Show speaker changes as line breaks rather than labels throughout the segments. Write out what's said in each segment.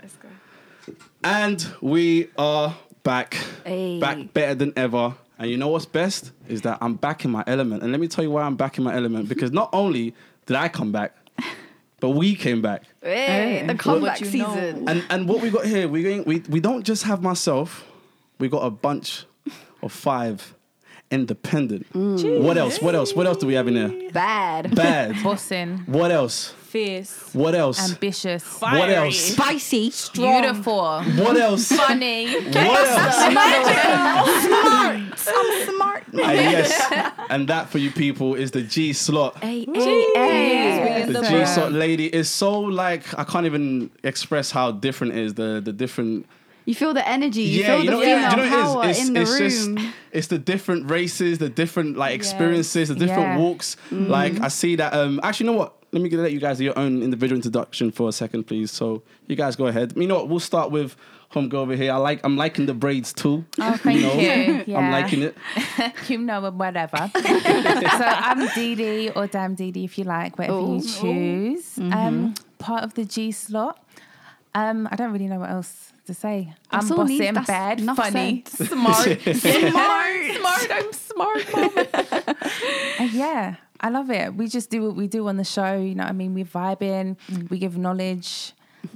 Let's go.
And we are back.
Hey.
Back better than ever. And you know what's best? Is that I'm back in my element. And let me tell you why I'm back in my element. Because not only did I come back, but we came back.
Hey,
Hey,
the
what
comeback
you know.
season.
And and what we got here, we going, we we don't just have myself, we got a bunch of five independent.
Mm.
What else? What else? What else do we have in there?
Bad.
Bad.
Bossing,
what else?
fierce,
What else?
ambitious,
What else?
Spicy.
beautiful,
What else?
funny.
What else?
I'm smart.
Ah, yes. And that for you people is the G slot.
Hey,
Jeez.
the
It's
G
a
slot
brand.
lady is so like I can't even express how different it is the the different
You feel the energy. You
yeah
feel
you know,
the
what it is?
female
Do you know
power
what it is it's,
in the
it's
room.
just it's the different races the different like
Yes.
experiences the different
Yeah.
walks
Mm.
like I see that um actually you know what let me get- let you guys do your own individual introduction for a second please so you guys go ahead you know what we'll start with homegirl over here I like I'm liking the braids too
Oh, thank
know,
you.
I'm
Yeah.
liking it
you know, whatever. so I'm Dee Dee or Dam Dee Dee if you like, whatever
Ooh.
you choose. Um, part of the G slot. Um, I don't really know what else to say. I'm
That's all it needs.
bossing,
That's
bad,
enough
funny,
said.
smart.
Smart.
smart. I'm smart, mom. Uh, yeah, I love it. We just do what we do on the show. You know, what I mean, we vibe in, we give knowledge,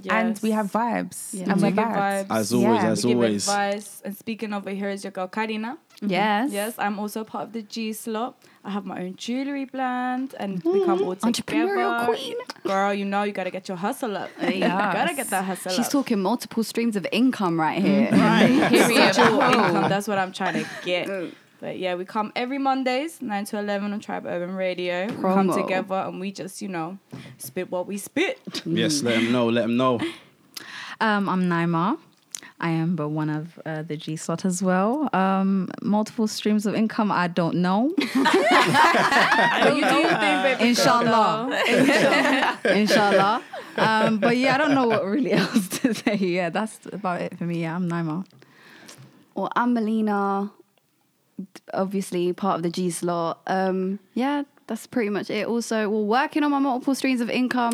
and
Yes.
we have vibes.
Yeah.
And
We
we're
give
bad.
vibes.
as always
Yeah,
as
Give
always
advice. And speaking over here is your girl Karina.
Yes.
Yes, I'm also part of the G slot. I have my own jewelry brand, and we come all together.
Mm, Entrepreneurial queen.
girl. You know you gotta get your hustle up. You
Yes.
gotta get that hustle
She's
up.
talking multiple streams of income right here.
right.
Period.
Residual income, That's what I'm trying to
Mm.
get. But yeah, we come every Mondays, 9 to 11 on Tribe Urban Radio. We come
Promo.
together and we just, you know, spit what we spit.
yes let them know let them know
Um, I'm Naima. I am but one of uh, the G slot as well. Um, multiple streams of income, I don't know.
you do your thing, baby.
Inshallah. Inshallah. Um, but yeah, I don't know what really else to say. Yeah, that's about it for me. Yeah, I'm Naima.
Well, I'm Melina, obviously part of the G's lot. Um, yeah, that's pretty much it. Also, we're working on my multiple streams of income.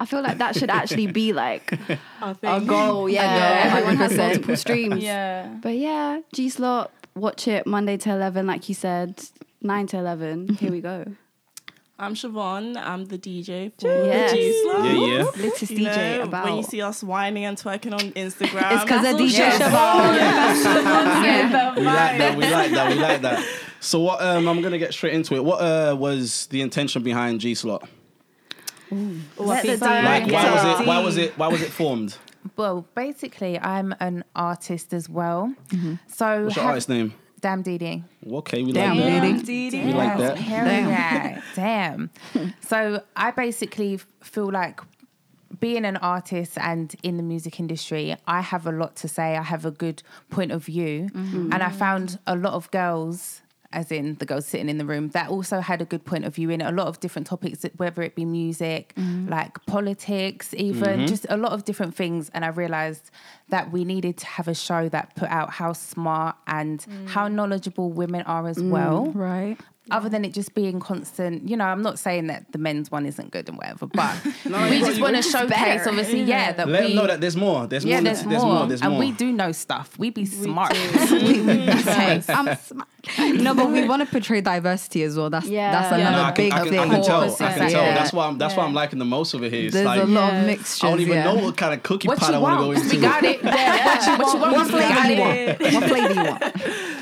I feel like that should actually be like
Our
a
thing.
goal. Yeah, everyone has
100%.
multiple streams.
Yeah.
But yeah, G's lot. Watch it Monday to eleven, like you said, nine to eleven. Here we go.
I'm Siobhan. I'm the DJ for
Yes.
the G Slow.
yeah yeah
Latest
You
DJ
know,
about.
when you see us whining and twerking on Instagram.
It's because of DJ
yeah.
Siobhan.
We like that. We like that. We like that. So what? Um, I'm gonna get straight into it. What uh, was the intention behind G Slot?
Let the
Sorry.
Like,
DJ
why was it?
go.
Why was it? Why was it formed?
Well, basically, I'm an artist as well. So,
What's your
have-
artist name?
Damn Dee Dee.
Okay, we
Damn,
like that.
lady.
We like that.
Damn. Damn. so I basically f- feel like being an artist and in the music industry, I have a lot to say. I have a good point of view. And I found a lot of girls, as in the girls sitting in the room, that also had a good point of view in a lot of different topics, whether it be music, like politics, even just a lot of different things. And I realized that we needed to have a show that put out how smart and how knowledgeable women are as well
Right.
other than it just being constant, you know, I'm not saying that the men's one isn't good and whatever, but we
you-
just want to
It's
showcase,
better.
obviously, yeah, that
Let
we.
them know that there's more. There's
yeah,
more.
there's, more.
There's
and
more.
we do know stuff. We be smart.
I'm smart. No, but we want to portray diversity as well. That's
Yeah.
that's
Yeah.
No,
another
I can,
big
I can,
thing.
I can tell. I can
100%.
tell.
Yeah.
That's why. I'm, that's why I'm liking the most of it here. It's
There's
like,
a lot
Yes.
of mixtures.
I don't even
yeah.
know what kind of cookie
What
pot I
you
want to go
want?
into.
We got it. Yeah. What you want?
what
we
flavor
got
you
it.
want? What flavor you want?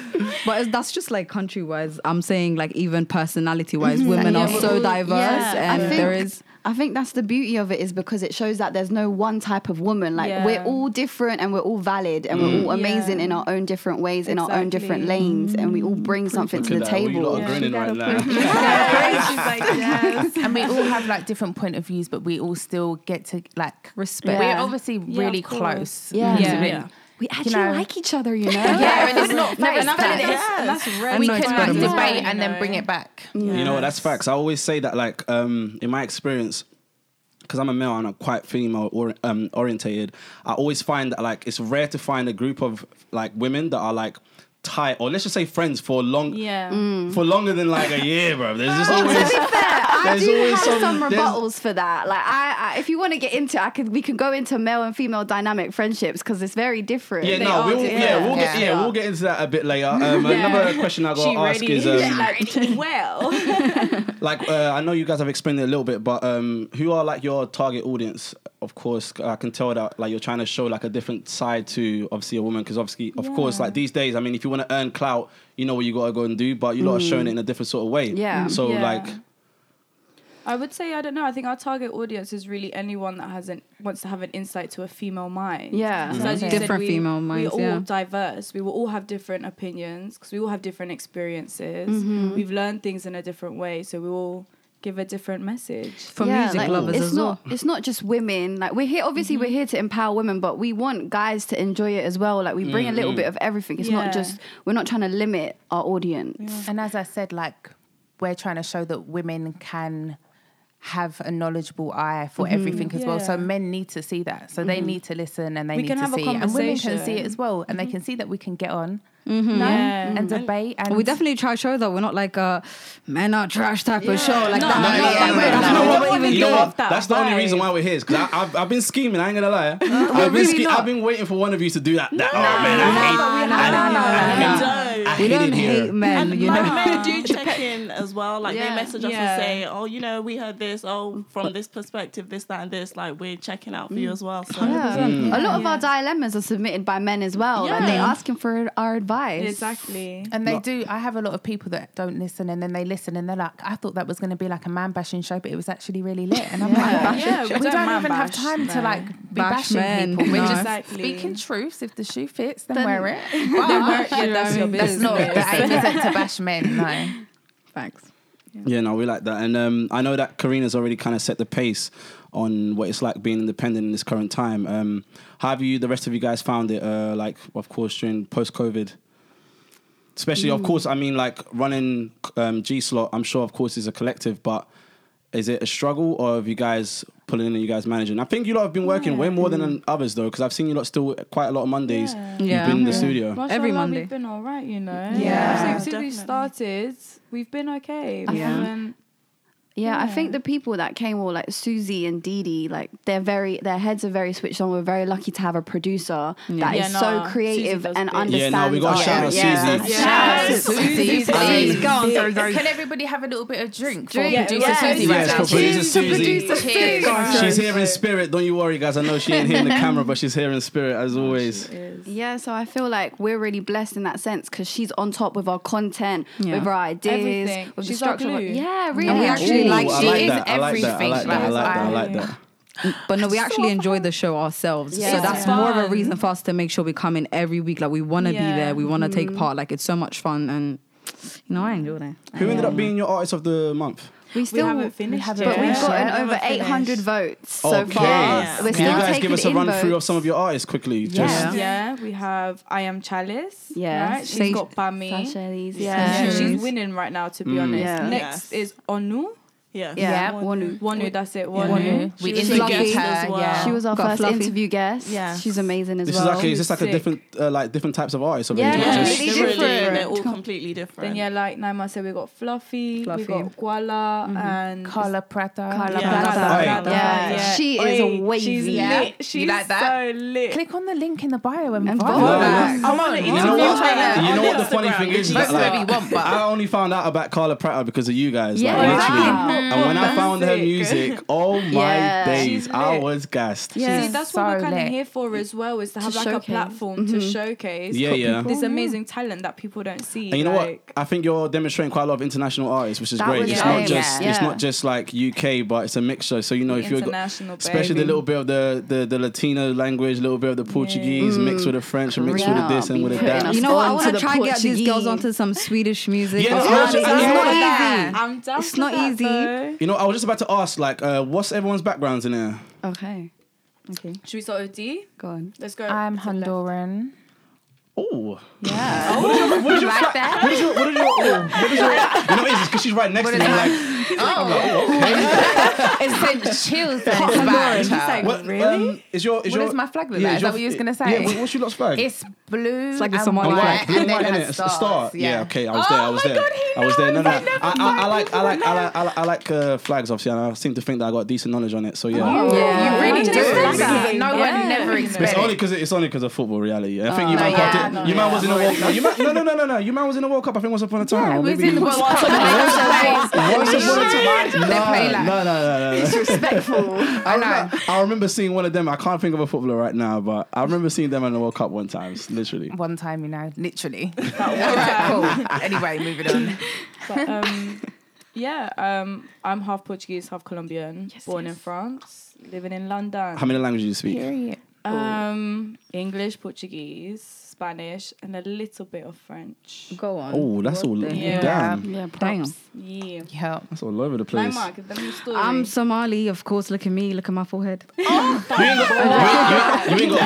But it's, that's just like country wise. I'm saying like even personality wise,
Mm-hmm.
women are
Yeah,
so
well,
diverse,
yeah,
and
I think,
there is
I think that's the beauty of it is because it shows that there's no one type of woman. Like
Yeah.
we're all different and we're all valid and
Mm.
we're all amazing
Yeah.
in our own different ways, in our own different
Exactly.
lanes, and we all bring
Mm.
something to
Look
the
at that, we lot
table.
are grinning right now.
She's like, yes.
and we all have like different point of views, but we all still get to like
respect.
We're
Yeah.
obviously
Yeah,
really
of course.
close.
Yeah.
because
Yeah.
we-
Yeah.
We actually
know.
like each other, you know.
Yeah, and it's not
Like,
fair.
it's
enough.
valid.
And that's red.
We
no
can like
experiment.
debate and then bring it back.
You know, that's facts. I always say that, like, um, in my experience, because I'm a male and I'm quite female or, um, orientated, I always find that, like, it's rare to find a group of, like, women that are, like, tight, or let's just say friends for long,
Yeah.
for longer than, like, a year, bro. There's just always.
Mm. fair, I
There's
do
always
have some,
some- there's-
rebuttals for that. Like I, I if you want to get into, I could we can go into male and female dynamic friendships because it's very different.
Yeah,
They
no,
are
we'll,
different.
yeah, we'll get
They
yeah,
are.
we'll get into that a bit later. Um, Another question I got to ask is um,
well.
like uh, I know you guys have explained it a little bit, but um, who are like your target audience? Of course, I can tell that like you're trying to show like a different side to obviously a woman because obviously, of course, like these days, I mean, if you want to earn clout, you know what you gotta go and do, but you lot are showing it in a different sort of way.
Yeah.
So
Yeah.
like,
I would say I don't know. I think our target audience is really anyone that hasn't wants to have an insight to a female mind.
Yeah.
So as you said,
Different
we-
female minds,
We're all
yeah.
diverse. We will all have different opinions because we all have different experiences. We've learned things in a different way, so we all give a different message.
for music
like,
lovers
it's
as well.
not, It's not just women. Like we're here, obviously we're here to empower women, but we want guys to enjoy it as well. Like we bring a little bit of everything. It's
Yeah.
not just we're not trying to limit our audience.
And as I said, like we're trying to show that women can have a knowledgeable eye for everything as well. So
Mm-hmm. Yeah. Mm-hmm.
men need to see that. So they need to listen and they
We
need
can
to
have a
see. And women can see it
conversation. Mm-hmm.
as well. And they can see that we can get on
Yeah. Mm-hmm.
and debate. And
we definitely try to show that we're not like a men are trash type of show. Like that. Not
No, no,
that
no,
way.
no,
That's
no,
not
no,
what
no,
we're
no,
even
no,
you know
doing.
love
what?
that
That's the only
vibe.
reason why we're here. Because I've, I've been scheming. I ain't gonna lie. I've been
really
ske-
not.
I've been waiting for one of you to do that. that. oh man,
no, no, no, no,
I hate.
no,
I hate-
no.
I
We
hate
don't
it here.
hate men,
And
you
like
know.
men do check in as well. Like
Yeah.
they message us
Yeah.
and say, "Oh, you know, we heard this. Oh, from this perspective, this, that, and this. Like we're checking out for you as well." So
Yeah. A lot of our dilemmas are submitted by men as well. Like they
Yeah.
asking for our advice.
Exactly.
And they do. I have a lot of people that don't listen, and then they listen, and they're like, "I thought that was going to be like a man bashing show, but it was actually really lit." And I'm like,
Yeah,
"We don't,
man
even have
bash,
time to
no.
like be
Bash
bashing
men,
people. We're
no.
just
Exactly.
speaking truths. If the shoe fits, then,
Then-
wear it.
Then we're- yeah, that's your
That's
business.
No, the aim isn't to bash men. No,
Facts.
Yeah, no, we like that. And um, I know that Karina's already kind of set the pace on what it's like being independent in this current time. Um, how have you, the rest of you guys, found it? Uh, like, of course, during post COVID, especially, of course, I mean, like running um, G Slot. I'm sure, of course, is a collective, but is it a struggle or have you guys pulling in and you guys managing? I think you lot have been working way more than others though, because I've seen you lot still quite a lot of Mondays.
Yeah.
Yeah.
You've been in the
Yeah.
studio.
Mashallah,
Every Monday.
We've been all right, you know.
Yeah.
Since, since we started, we've been okay. We
Yeah.
haven't.
Yeah, I think the people that came were like Susie and Dee Dee, like they're very their heads are very switched on. We're very lucky to have a producer that is
Yeah, no,
so
Susie
creative
does
and
big.
Yeah,
understands.
no, we gotta
our-
shout out
yeah.
Susie.
Yes.
Susie,
I
please.
mean- Go on, sorry, sorry.
Can everybody have a little bit of drink,
Drink,
for producer
yes.
Yes,
Susie right now?
for producer
Cheers.
Susie.
Cheers.
She's here in spirit. Don't you worry, guys. I know she ain't here in the camera, but she's here in spirit as always.
Yeah, so I feel like we're really blessed in that sense because she's on top with our content,
Yeah.
with our ideas,
Everything.
with the
She's our
structure. of our-
glue.
yeah, really.
And we actually like
I
she
like
is
that. I like that. I like that. I
everything,
like that. I like
like,
that.
But no, we actually enjoy the show ourselves.
Yeah.
So
It's
that's more of a
fun.
reason for us to make sure we come in every week. Like we want to
Yeah.
be there. We want to take part. Like it's so much fun, and you know I enjoy that.
Who ended up being your artist of the month?
we still
haven't finished
but
yet.
we've gotten
Yeah.
over
Haven't
800
finished.
votes so
Oh, okay.
far.
Yeah.
We're
Can
still
you guys
taking
give us a
in
run through of
votes.
some of your artists quickly?
Yeah.
Just
Yeah, we have I am Chalice.
Yeah.
right? she's
Sage-
got Bami.
Sasha, Elise,
Yeah,
Sasha.
she's winning right now. To be honest,
Yeah.
next
Yes.
is Onu.
yeah,
Yeah,
Yeah.
Wanu.
Wanu, that's it. Wanu.
Wanu. We
She was
interviewed
lucky.
her,
as well.
yeah.
She was our
Got
first
Fluffy.
interview guest.
Yeah.
She's amazing as
this is
well.
like is this like a
Sick.
different uh, like different types of artists? Or is it
Yeah.
Yeah,
just-
Completely
they're really-
different.
They're all completely different.
Then yeah, like Naima said, we got Fluffy,
Fluffy.
we got Guala, and
Carla Prata.
Carla
Yeah.
Plaza.
Plaza.
Yeah.
Plaza.
she is a
Oi, She's
wavy.
lit.
You
She's
like that?
so lit.
Click on the link in the bio and,
And
and
vote.
vote.
No,
Like,
I want to
You know
interview
what?
her
You
on
know what the
Instagram.
funny thing is?
That's
That,
where
like,
we want, but
I only found out about Carla Pratt because of you guys. Like,
Yeah.
literally.
Wow.
And when I found her
Sick.
music, oh my
Yeah.
days,
She's
I
lit.
was gassed.
Yeah.
See, that's what
So
we're kind
lit.
of here for as well, is to have like
showcase.
a platform to showcase
Yeah,
co-
yeah.
this amazing talent that people don't see.
And you know
like,
what? I think you're demonstrating quite a lot of international artists, which is
That
great.
was
It's
the
not
aim,
just
yeah.
it's
Yeah.
not just like UK, but it's a mixture. So you know, if you're got-
International,
especially the
baby.
little bit of the, the the Latino language, a little bit of the Portuguese mixed with the French, and mixed with
Korea.
the this and with the
Putting
that.
us
You know what? I
On
want to
to the
try and get these girls
Portuguese.
onto some Swedish music.
Yeah, no,
It's
I
not
was just-
easy.
yeah.
It's not easy.
I'm down
It's
for
not
that,
easy.
though.
You know, I was just about to ask, like, uh, what's everyone's backgrounds in there?
Okay, okay,
Should we start with D?
go on.
Let's go.
I'm
to the left.
Honduran.
Oh,
Like
Yeah.
that?
what is your? What is your? What is your? You know, it's because she's right next to me. Like,
Oh. it's so chills and it's bad,
He's
child.
like,
What,
really?
um, is your is
What
your,
is my flag look like? Is that what you was gonna say?
Yeah, what- what's your lot's flag?
It's blue.
like the
and
Somali
white,
flag.
Blue
and
and white,
then it
innit?
has
It's the star. Yeah. okay, I was
oh
there. I was
my
there.
God, he
I was there. No,
knows.
no.
I
I,
never
I, I,
mind.
like, I like, I like, I like, I like uh, flags. Obviously, and I seem to think that I got decent knowledge on it. So yeah.
Oh,
You
yeah.
really
Imagine
do.
it's
This
like
is-
that.
No
Yeah.
one never
It's
expected.
only because it's only because of football reality. I think you man
no,
got
Oh, yeah,
it-
no,
you man was in a
yeah.
World Cup. You man, no, no, no, no, no. You man was in a World Cup. I think once upon a time.
Yeah,
or
we was
maybe-
in the World Cup.
Once upon a time.
They
No,
play like-
no, no, no, no. I,
know.
remember, I remember seeing one of them. I can't think of a footballer right now, but I remember seeing them in the World Cup one time, literally.
One time, you know, literally. All right, cool. Anyway, moving on.
But, um, yeah, um, I'm half Portuguese, half Colombian, born in France, living in London.
How many languages do you speak?
Period.
Um, English, Portuguese, Spanish, and a little bit of French.
Go on.
Oh, that's all.
Yeah.
Damn,
Yeah, damn.
Yeah.
Yeah.
that's all over the place.
Like Mark, is that your story?
I'm Somali, of course. Look at me. Look at my forehead.
You ain't got you ain't- you ain't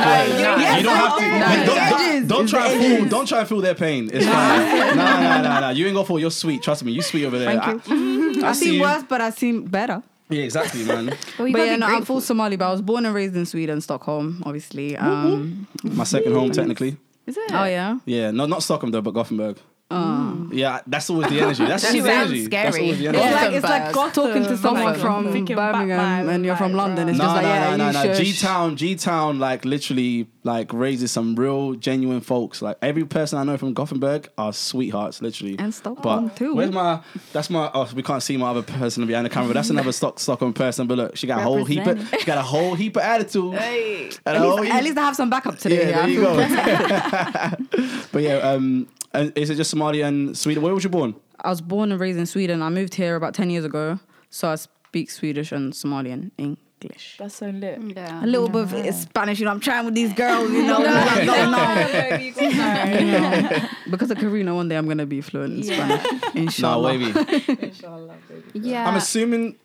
got four.
no,
You don't have to.
no,
don't-
no.
don't- Don't try and fool. Don't try and feel their pain. It's fine. No, no, no, no. You ain't got four. You're sweet. Trust me. You sweet over there.
Thank
I-
I,
see
seem
you.
worse, but I seem better.
Yeah, exactly, man.
Well, you
but
gotta
yeah,
be
no, I'm
grateful.
full Somali, but I was born and raised in Sweden, Stockholm, obviously. Um,
My second home, technically.
is it?
oh yeah,
Yeah, no, not Stockholm though, but Gothenburg.
Mm.
Yeah, that's always the energy. That's always the
sounds
energy.
scary.
That's always the
it's
energy.
like it's like
Gothenburg.
talking to someone
Gothenburg.
from
Thinking
Birmingham
Batman,
and you're from
like,
London. It's
no,
just like
no,
yeah,
no,
you
no, no.
shush.
G Town, G Town, like literally, like raises some real genuine folks. Like every person I know from Gothenburg are sweethearts, literally.
And Stockholm, too.
Where's my? That's my. Oh, we can't see my other person behind the camera. But that's another Stock Stockholm person. But look, she got a whole heap. Of, she got a whole heap of attitude. And a
At
whole
least,
heap-
at least I have some backup
yeah,
today.
there you go. but yeah, um, and is it just Somalia and Sweden? Where was you born?
I was born and raised in Sweden. I moved here about ten years ago, so I speak Swedish and Somalian English.
That's so lit.
A little bit of it's Spanish, you know. I'm trying with these girls, you know. what's going on.
Inshallah.
Because of Karina, one day I'm gonna be fluent in Spanish.
No,
Inshallah.
wavy.
Yeah.
I'm assuming.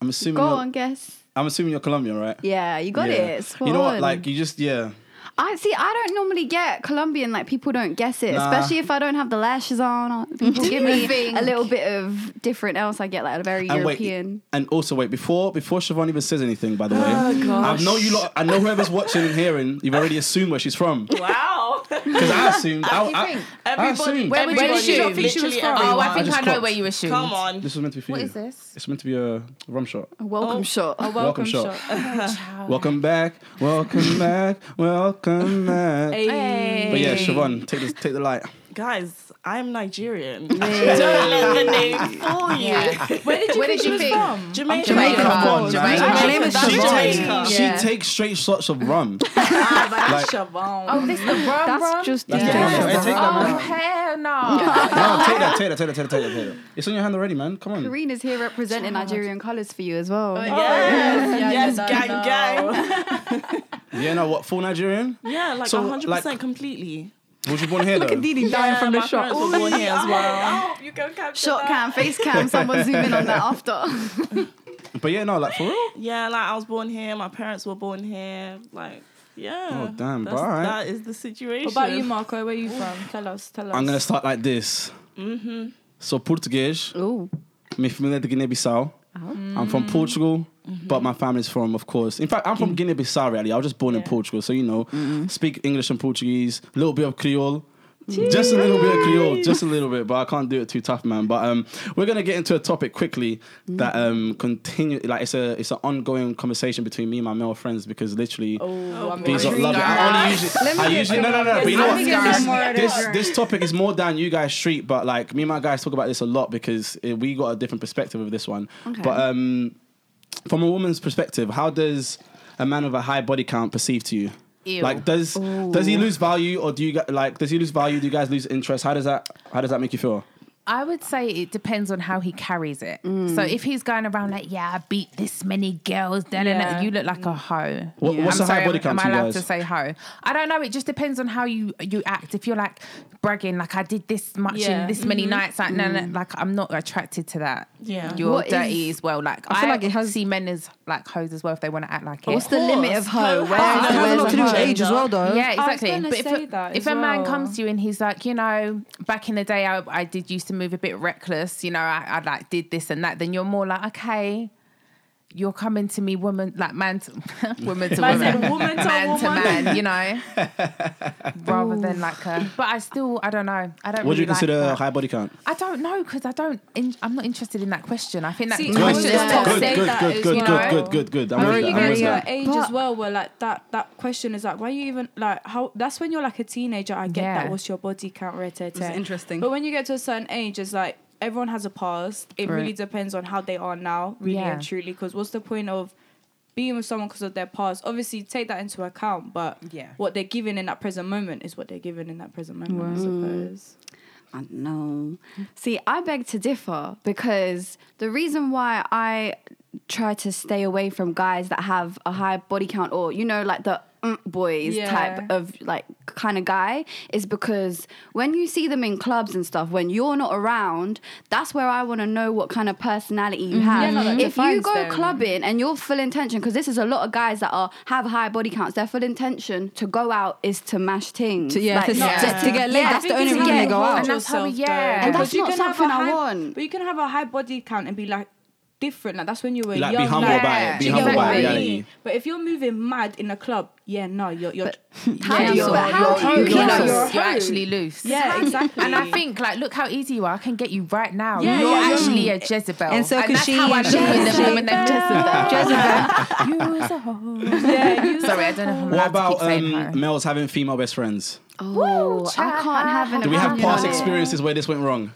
I'm assuming.
Go
You're,
on, guess.
I'm assuming you're Colombian, right?
Yeah, you got
Yeah.
it. Spot
you know what?
on.
Like you just yeah.
I see. I don't normally get Colombian. Like people don't guess it,
Nah.
especially if I don't have the lashes on. or- People give me a little bit of different else. I get like a very
And
European.
wait, and also wait before before Siobhan even says anything. By the way, I know you. Lot, I know whoever's watching and hearing. You've already assumed where she's from
Wow.
because I assumed. I, I, I,
Everybody.
assumed.
Where would you
everybody-
assume?
literally
Literally
everyone.
Oh, I
I
think
just
I know
clocked.
where you assumed.
Come on.
This was meant to be for
What
you.
is this?
It's meant to be a rum shot.
A welcome shot.
A
Welcome
welcome,
shot.
shot.
Welcome back, welcome back, welcome back.
Hey.
But yeah, Siobhan, take the take the light.
Guys, I'm Nigerian. Don't let the name fool you.
Yeah.
Where did you think she was from?
Jamaica.
Jamaica.
Come on.
man.
Jamaica.
My name is
That's
Siobhan.
Jamaica.
She takes straight shots of rum. Like-
Siobhan.
Oh,
This the rum rum?
That's just
That's
yeah.
the- Hey, take that, man.
Oh, hell no.
No, take that, take that, take that, take that, take that, take that. It's on your hand already, man. Come on.
Karina's here representing Nigerian colours for you as well.
Oh,
Yes, yes, gang, gang.
Yeah, no, what full Nigerian?
Yeah, like
So,
100%
like-
completely.
Was you born here though?
Look at Didi dying
Yeah,
from the
my
shot.
parents were born here as well.
I hope you can capture
Shot
that.
cam, face cam. Someone zoom in on that after.
But yeah, no, like for real.
Yeah, like I was born here. My parents were born here. Like, yeah.
Oh, damn,
That's-
but alright.
That is the situation.
What about you, Marco? Where are you from? Tell us. Tell us.
I'm gonna start like this. Mm-hmm. So Portuguese,
Ooh.
minha família é de Guinea-Bissau. I'm from Portugal, but my family's from, of course. In fact, I'm from Guinea-Bissau. Really, I was just born in
Yeah.
Portugal, so you know, speak English and Portuguese, a little bit of Creole. Just a little bit of Creole, just a little bit, but I can't do it too tough, man. But um, we're gonna get into a topic quickly that um continue like it's a it's an ongoing conversation between me and my male friends because literally
Oh, I'm
These are
intrigued.
lovely. I only usually, I usually no, no, no. But you know
Let
what?
me get some
This,
more of
this,
this.
this topic is more down you guys' street, but like me and my guys talk about this a lot because uh, we got a different perspective of this one. But um, from a woman's perspective, how does a man with a high body count perceive to you?
Ew.
Like, does does he lose value, or do you gu- like does he lose value? Do you guys lose interest? How does that how does that make you feel?
I would say it depends on how he carries it. So if he's going around like, yeah, I beat this many girls, da, da, da,"
Yeah.
you look like a hoe.
What-
Yeah.
what's
I'm
a high
sorry,
body
am-
count
Am
to
I
you
allowed
guys?
to say hoe? I don't know. It just depends on how you you act. If you're like bragging, like I did this much
Yeah.
in this many nights, like no, no, like I'm not attracted to that.
Yeah.
you're
What
dirty
is-
as well. Like
I
I,
feel like it has-
see men as like hoes as well if they want to act like it.
What's the limit of her?
No,
Where,
I know.
It has a
where's
lot to do with
her?
age as well, though.
Yeah,
Oh, I was
exactly.
gonna
But if,
say
a-
that
if
as
a man
well.
comes to you and he's like, you know, back in the day, I, I did used to move a bit reckless, you know, I, I like did this and that, then you're more like, okay, you're coming to me, woman, like man to woman to
Man
woman,
to woman to
man to
woman.
man, you know, rather than like a. But I still, I don't know. I don't.
Would
really
you consider
Like that.
high body count?
I don't know because I don't. In, I'm not interested in that question. I think that
See,
question
I was
Good,
is
just
not-
gonna
good,
say
good,
that
good,
as
good,
well.
good, good, good. I'm
I
with
think
that.
you
I'm
guys
with
are
that.
at age as well where like that that question is like why you even like how that's when you're like a teenager I get
Yeah.
that what's your body count rate
It's interesting.
but when you get to a certain age it's like everyone has a past it really
Right.
depends on how they are now really
Yeah.
and truly because what's the point of being with someone because of their past obviously take that into account but
Yeah.
what they're given in that present moment is what they're given in that present moment I suppose
I don't know. See, I beg to differ because the reason why I try to stay away from guys that have a high body count or, you know, like the mm, boys
Yeah.
type of like kind of guy is because when you see them in clubs and stuff, when you're not around, that's where I want to know what kind of personality you have.
Mm-hmm. no, that
if you
defines
go
them.
clubbing and you're full intention, because this is a lot of guys that are have high body counts, their full intention to go out is to mash things.
To- yeah, to-
not
to get laid, that's the only
to
reason
get
they go
home.
out.
And that's how-
yourself,
yeah.
though.
And
Because
that's not something
a
I
high,
want.
But you can have a high body count and be like different. Like that's when you were
Like,
young.
be humble
like-
by it.
Do
Be
you
Yeah.
get
humble
what
by
I
reality.
mean? But if you're moving mad in a club, yeah, no, you're you're.
How
Yeah,
do you,
you're-
but how
you're-
do you
you're loose.
know you're
you're
You're
home.
actually loose.
yeah, exactly.
And I think, like, look how easy you are. I can get you right now.
Yeah,
You're
yeah, yeah.
actually a Jezebel.
And so could
that's
she
how I
and
look at
Jezebel.
them women named Jezebel. Jezebel. You was a hoe.
yeah, you
Sorry, I don't know if I'm
What
allowed to keep
about
saying
um,
hoe.
males having female best friends?
Oh, I can't have an
Do we have
opinion
past
on it.
experiences where this went wrong?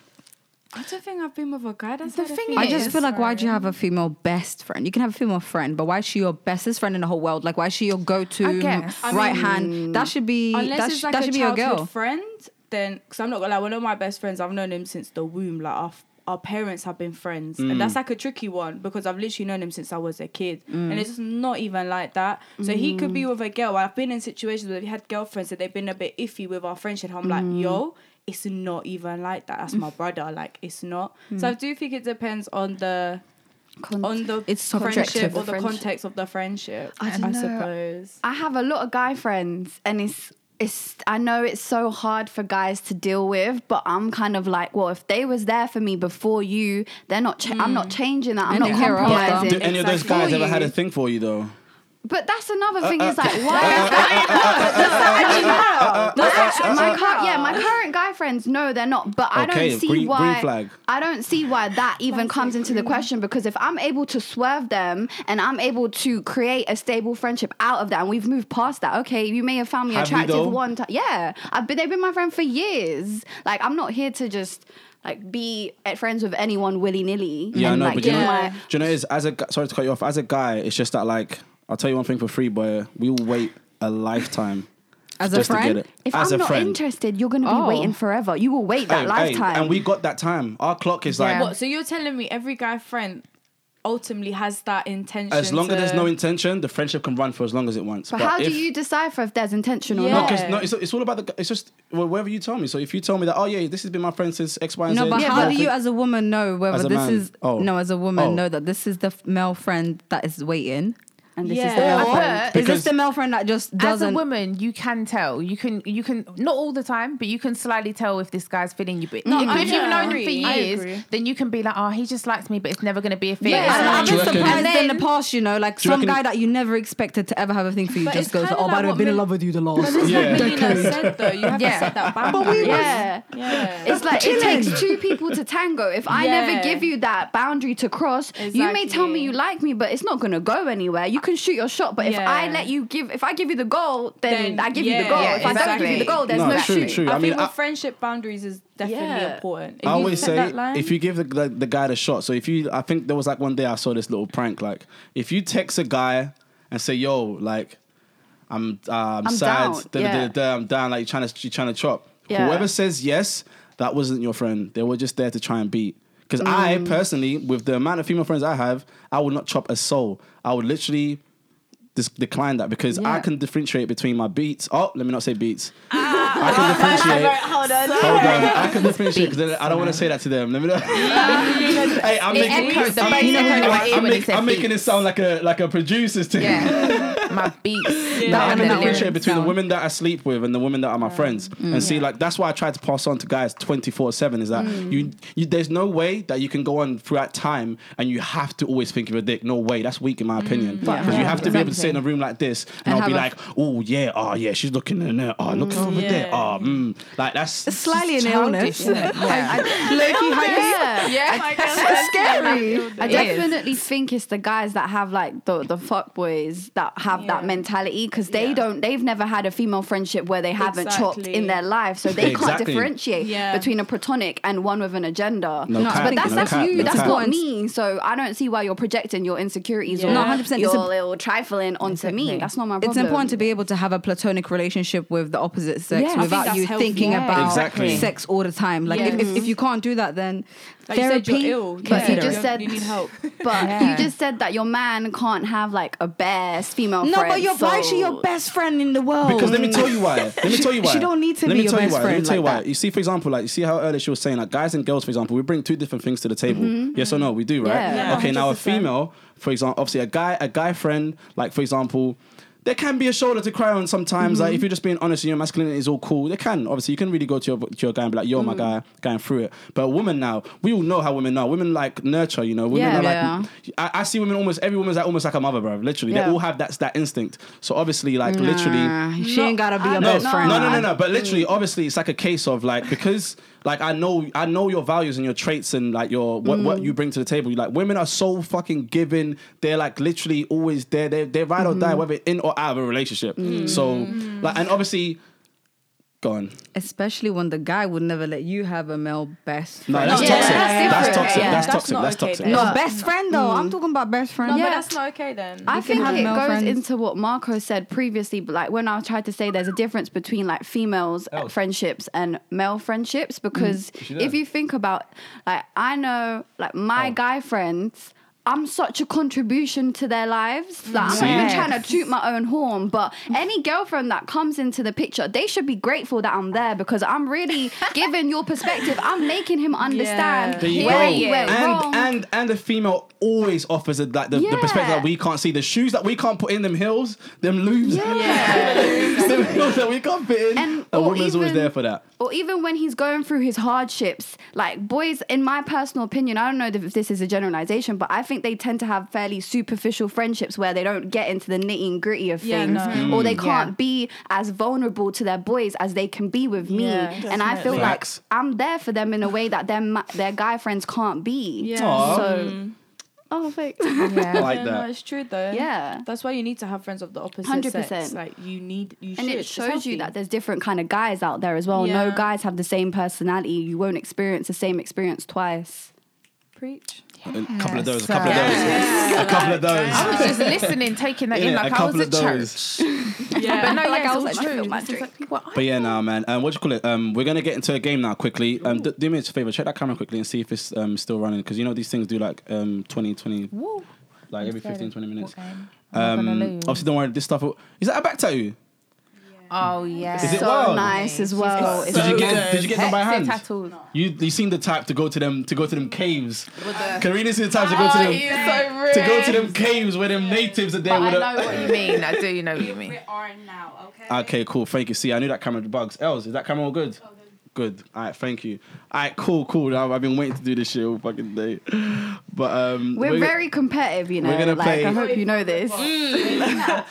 I don't think I've been with a guy. That's
The
had a
thing
thing
is-
I just
Yes.
feel like why do you have a female best friend? You can have a female friend, but why is she your bestest friend in the whole world? Like why is she your
I
go-to
guess. I
right
mean,
hand? That should be
unless
that,
it's
sh-
like
that
a
should be your
childhood
girl.
friend, then because I'm not gonna lie, one of my best friends, I've known him since the womb. Like our, f- our parents have been friends,
Mm.
and that's like a tricky one because I've literally known him since I was a kid,
Mm.
and it's just not even like that. So he could be with a girl. I've been in situations where we had girlfriends that they've been a bit iffy with our friendship. I'm
Mm.
like, yo. It's not even like that. That's my brother. Like, it's not.
Mm.
So I do think it depends on the on the
It's
friendship
subjective.
or the
Friendship.
context of the friendship.
I don't know.
suppose.
I have a lot of guy friends, and it's it's. I know it's so hard for guys to deal with, but I'm kind of like, well, if they was there for me before you, they're not. Cha- I'm not changing that. I'm
And
not
they're here after.
Do
compromising.
any of those
Exactly.
guys ever
For
had a
you.
thing for you though?
But that's
Uh,
another thing. Is like, why? Does that actually
uh,
matter? Does that- My cur- yeah, my current guy friends, no, they're not. But I
Okay,
don't see
green- green
why.
flag.
I don't see why that even comes into the question because if I'm able to swerve them and I'm able to create a stable friendship out of that, and we've moved past that. Okay, you may have found me
Have you though?
attractive one time. Yeah, I've been, they've been my friend for years. Like I'm not here to just like be at friends with anyone willy nilly.
Yeah, I know,
like,
but you
give
know,
my-
do you know is as a gu- sorry to cut you off. As a guy, it's just that like I'll tell you one thing for free, boy. We will wait a lifetime
As a
just
friend?
to get it.
If
as
I'm
a
not
friend,
interested, you're gonna
Oh.
be waiting forever. You will wait that
Hey, hey,
lifetime.
and we got that time. Our clock is like
Yeah.
What? So you're telling me every guy friend ultimately has that intention?
as long
to-
as there's no intention, the friendship can run for as long as it wants.
But, how
if-
do you decipher if there's intention or
Yeah.
No,
not?
because no, it's, it's all about the. gu- It's just well, whatever you tell me. So if you tell me that, oh yeah, this has been my friend since X, Y, and
No,
Z.
but
yeah,
how
I
do
think-
you, as a woman, know
As
whether
a
this
man?
is
Oh.
no? As a woman,
Oh.
know that this is the f- male friend that is waiting, and this is the
Yeah.
male
Or-
friend. is
Because-
this the male friend that just
As
doesn't?
a woman, you can tell. You can, you can, not all the time, but you can slightly tell if this guy's feeling you. But if
I
you've known him for
agree. I
years,
agree.
then you can be like, oh, he just likes me, but it's never going to be a thing.
Yeah,
It's
and
not-
I've
Do you
been
reckon-
surprised
And
in the
then-
past, you know, like
you
some
reckon-
guy that you never expected to ever have a thing for you
But
just
it's
goes,
kinda
"Oh,
like
by the way,
what
been in
Mel-
love with you the last."
But this is
Yeah.
what Melina said though. You haven't
Yeah.
said that back. But
yeah.
yeah.
It's like it takes two people to tango. If I never
Yeah.
give you that boundary to cross, you may tell
Exactly.
me you like me, but it's not gonna go anywhere. You can shoot your shot, but if
Yeah.
I let you give, if I give you the goal, then,
Then,
I give you the
yeah,
goal.
yeah,
if I don't give you the
exactly.
goal, there's
No,
no,
true,
shooting.
true.
I,
I mean,
think with
I-
friendship boundaries is definitely
Yeah.
important. If
I
you
always
set
say
that line-
if you give the, the the guy the shot. So if you, I think there was like one day I saw this little prank. Like if you text a guy and say, "Yo, like I'm uh, I'm,
I'm
sad,
down,
da, da, da,
yeah.
da, I'm down," like you trying to you trying to chop.
Yeah.
Whoever says yes, that wasn't your friend. They were just there to try and beat. Because I personally, with the amount of female friends I have, I would not chop a soul. I would literally. Dis- decline that because I
Yeah.
can differentiate between my beats. Oh, let me not say beats. I can differentiate.
Hold on.
Hold on, I can differentiate because I don't want to say that to them. Let me know. hey, I'm
It
making,
echoed, the
I'm,
bass
making-
echoed in my ear
I'm
when he
make-
said
I'm making it sound like a like a producer's thing.
Yeah. my beats.
Yeah.
that I
and
can
the
differentiate
lyrics
between the
sound.
women that I sleep with and the women that are my friends, and see like that's why I try to pass on to guys twenty four seven is that you, you there's no way that you can go on throughout time and you have to always think of a dick. No way, that's weak in my opinion because
Yeah.
you
Yeah,
have to be able to sit in a
exactly.
room like this and,
And
I'll be like,
have
oh yeah, oh yeah, she's looking in there, oh looking over there,
Yeah.
oh mm. like that's
Slightly an illness.
Childish, isn't it? Yeah.
Loki, yeah.
Yeah.
scary. I
It is.
definitely think it's the guys that have like the the fuck boys that have that
Yeah.
mentality because they
Yeah.
don't. They've never had a female friendship where they haven't chopped
Exactly.
in their life, so they can't
Exactly.
differentiate
Yeah.
between a platonic and one with an agenda.
No cap,
but that's
no
that's
cap,
you.
no
that's
cap.
not me. So I don't see why you're projecting your insecurities or
No,
100%.
your
It's a-
little trifling onto me.
Exactly.
That's not my problem.
It's important to be able to have a platonic relationship with the opposite sex
Yeah. I think
without
that's
you
healthy.
thinking
Yeah.
about
Exactly.
sex all the time. Like if, if, if you can't do that, then
Like you said,
therapy.
you're ill.
But you
consider
just
it.
said
You need help.
But
Yeah.
you just said that your man can't have like a best female
no,
friend.
but you're why is
so-
she your best friend in the world?
Because let me tell you why. Let me tell you why.
She don't need to be
me
your
tell you
best
why. Let me
friend
tell you
like
why.
that.
You see, for example, like you see how earlier she was saying, like guys and girls, for example, we bring two different things to the table.
Mm-hmm.
Yes or no? We do, right?
Yeah. Yeah,
Okay, now a
100%.
female, for example, obviously a guy, a guy friend, like for example. There can be a shoulder to cry on sometimes. Like
Mm-hmm.
if you're just being honest and your masculinity is all cool, there can. Obviously, you can really go to your, to your guy and be like,
Mm.
"Yo, my guy, going through it." But women now, we all know how women are. Women like nurture, you know. Women
Yeah.
are like
Yeah.
I, I see women almost every woman's like almost like a mother, bro. Literally,
Yeah.
they all have that that instinct. So obviously, like literally,
Nah, she ain't gotta be your
no,
best friend.
No, no, no, no. But literally, obviously, it's like a case of like because like I know I know your values and your traits and like your what, what you bring to the table. Like women are so fucking giving. They're like literally always there. They they ride or die, whether in or out of a relationship. So like and obviously, go on.
Especially when the guy would never let you have a male best
No,
friend.
that's
Yeah,
toxic.
that's
That's
different.
toxic.
Yeah.
That's
That's
toxic.
not
That's
okay
toxic.
then.
No,
Yeah.
best friend though. I'm talking about best friend.
No,
Yeah.
but that's not okay then.
I think
have
it
male
goes
friends.
into what Marco said previously, but like when I tried to say there's a difference between like females
Oh.
friendships and male friendships because
Is she there?
if you think about like I know like my
Oh.
guy friends I'm such a contribution to their lives. Like, I'm not
Yes.
even trying to toot my own horn, but any girlfriend that comes into the picture, they should be grateful that I'm there because I'm really giving your perspective. I'm making him understand
There you
where
go.
he went
and,
wrong.
and and the female always offers a, like the, the perspective
Yeah.
that we can't see. The shoes that we can't put in them hills, them loops, them hills that we can't fit in.
And-
a
or
woman's always
even-
there for that.
or even when he's going through his hardships like boys in my personal opinion i don't know if this is a generalization but i think they tend to have fairly superficial friendships where they don't get into the nitty and gritty of
Yeah,
things
no.
or they
Mm.
can't
Yeah.
be as vulnerable to their boys as they can be with me
Yeah,
and i feel
definitely.
like
Facts.
i'm there for them in a way that their ma- their guy friends can't be
Yeah. Mm.
Aw.
so oh thanks
I
Yeah.
like that.
yeah, No, it's true though.
Yeah.
That's why you need to have friends of the opposite
100%.
sex. Like you need you
and
should.
it
It's
shows
healthy.
you that there's different kind of guys out there as well no
Yeah.
guys have the same personality you won't experience the same experience twice
preach.
A couple of those, a
Yes.
couple of those, a couple of those.
I was just listening, taking that in
Yeah,
like
a
I was
couple
at
of
church.
those.
Yeah.
But no,
Like,
yeah,
I
it's
was
all
like, I
true.
feel my
It's
drink.
like, what?
But yeah, now man, um, what do you call it? Um, we're gonna get into a game now quickly. Um, d- do me a favor, check that camera quickly and see if it's um still running because you know these things do like um 20, 20,
Woo.
like every
Instead
15, 20
of
minutes.
what game? Am I gonna
Um,
lose?
obviously, don't worry. This stuff is that a back tattoo?
Oh yeah.
Is it
so
wild?
nice as well. It's
did you
so
get
good.
did you get them by
Hectic
hand?
tattoos.
You you seem the type to go to them to go to them caves. Karina's the Oh, type to go to them to go to them caves where them natives are there
I
with
know
a
what you mean. I do know what you mean.
Okay, cool. Thank you. See, I knew that camera had bugs. Els, is that camera all good? Good. All right, thank you. All right, cool, cool. I've, I've been waiting to do this shit all fucking day. But um
We're,
go-
very competitive, you know.
we're gonna
like
play-
I hope you know this.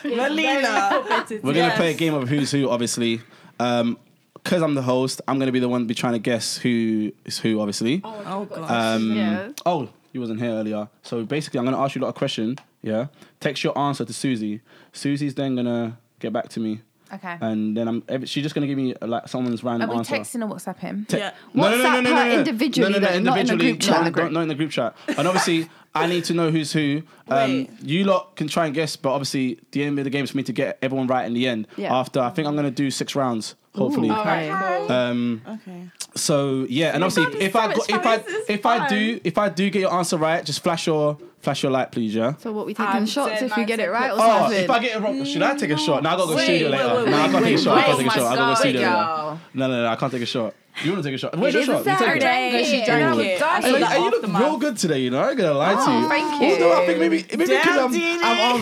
We're gonna play a game of who's who, obviously. Um, because I'm the host, I'm gonna be the one be trying to guess who is who, obviously. Oh,
God.
um,
Yeah.
oh, you wasn't here earlier. So basically, I'm gonna ask you a lot of question. Yeah, text your answer to Susie. Susie's then gonna get back to me,
Okay.
and then I'm ev- she's just gonna give me uh, like someone's
Are
random
we
answer.
texting or WhatsApp him?
yeah.
WhatsApp her individually, though, not in the group chat.
Not, not- not in the group chat. And obviously, I need to know who's who. Um,
Wait.
you lot can try and guess, but obviously, the end of the game is for me to get everyone right in the end.
Yeah.
After, I think I'm going to do six rounds, hopefully.
All right.
Um,
Okay.
so yeah, and obviously,
God,
if
so
I
much
got, if
fun.
I
This is
if I
fun.
do if I do get your answer right, just flash your flash your light, please, yeah.
So what we
I'm
taking shots
saying
if we get it
mine
right or
said
Oh,
something?
if I get it wrong, should I take a shot? No, I gotta go
Wait,
studio
wait,
later.
wait,
no, I gotta
wait,
take a
wait,
shot. I gotta take
wait.
a
Oh
shot. I
my
gotta go
God,
studio
wait,
later.
y'all.
No, no, no, I can't take a shot. You want to take a shot? Where's
It
your
is
shot?
a
You take it.
Saturday.
No, she
Yeah,
drank
no,
it.
done
I
it.
saw
Hey,
the
hey, you look
aftermath.
real good today, you know. I ain't gonna lie to you.
thank you.
Although I think maybe maybe because I'm, I'm on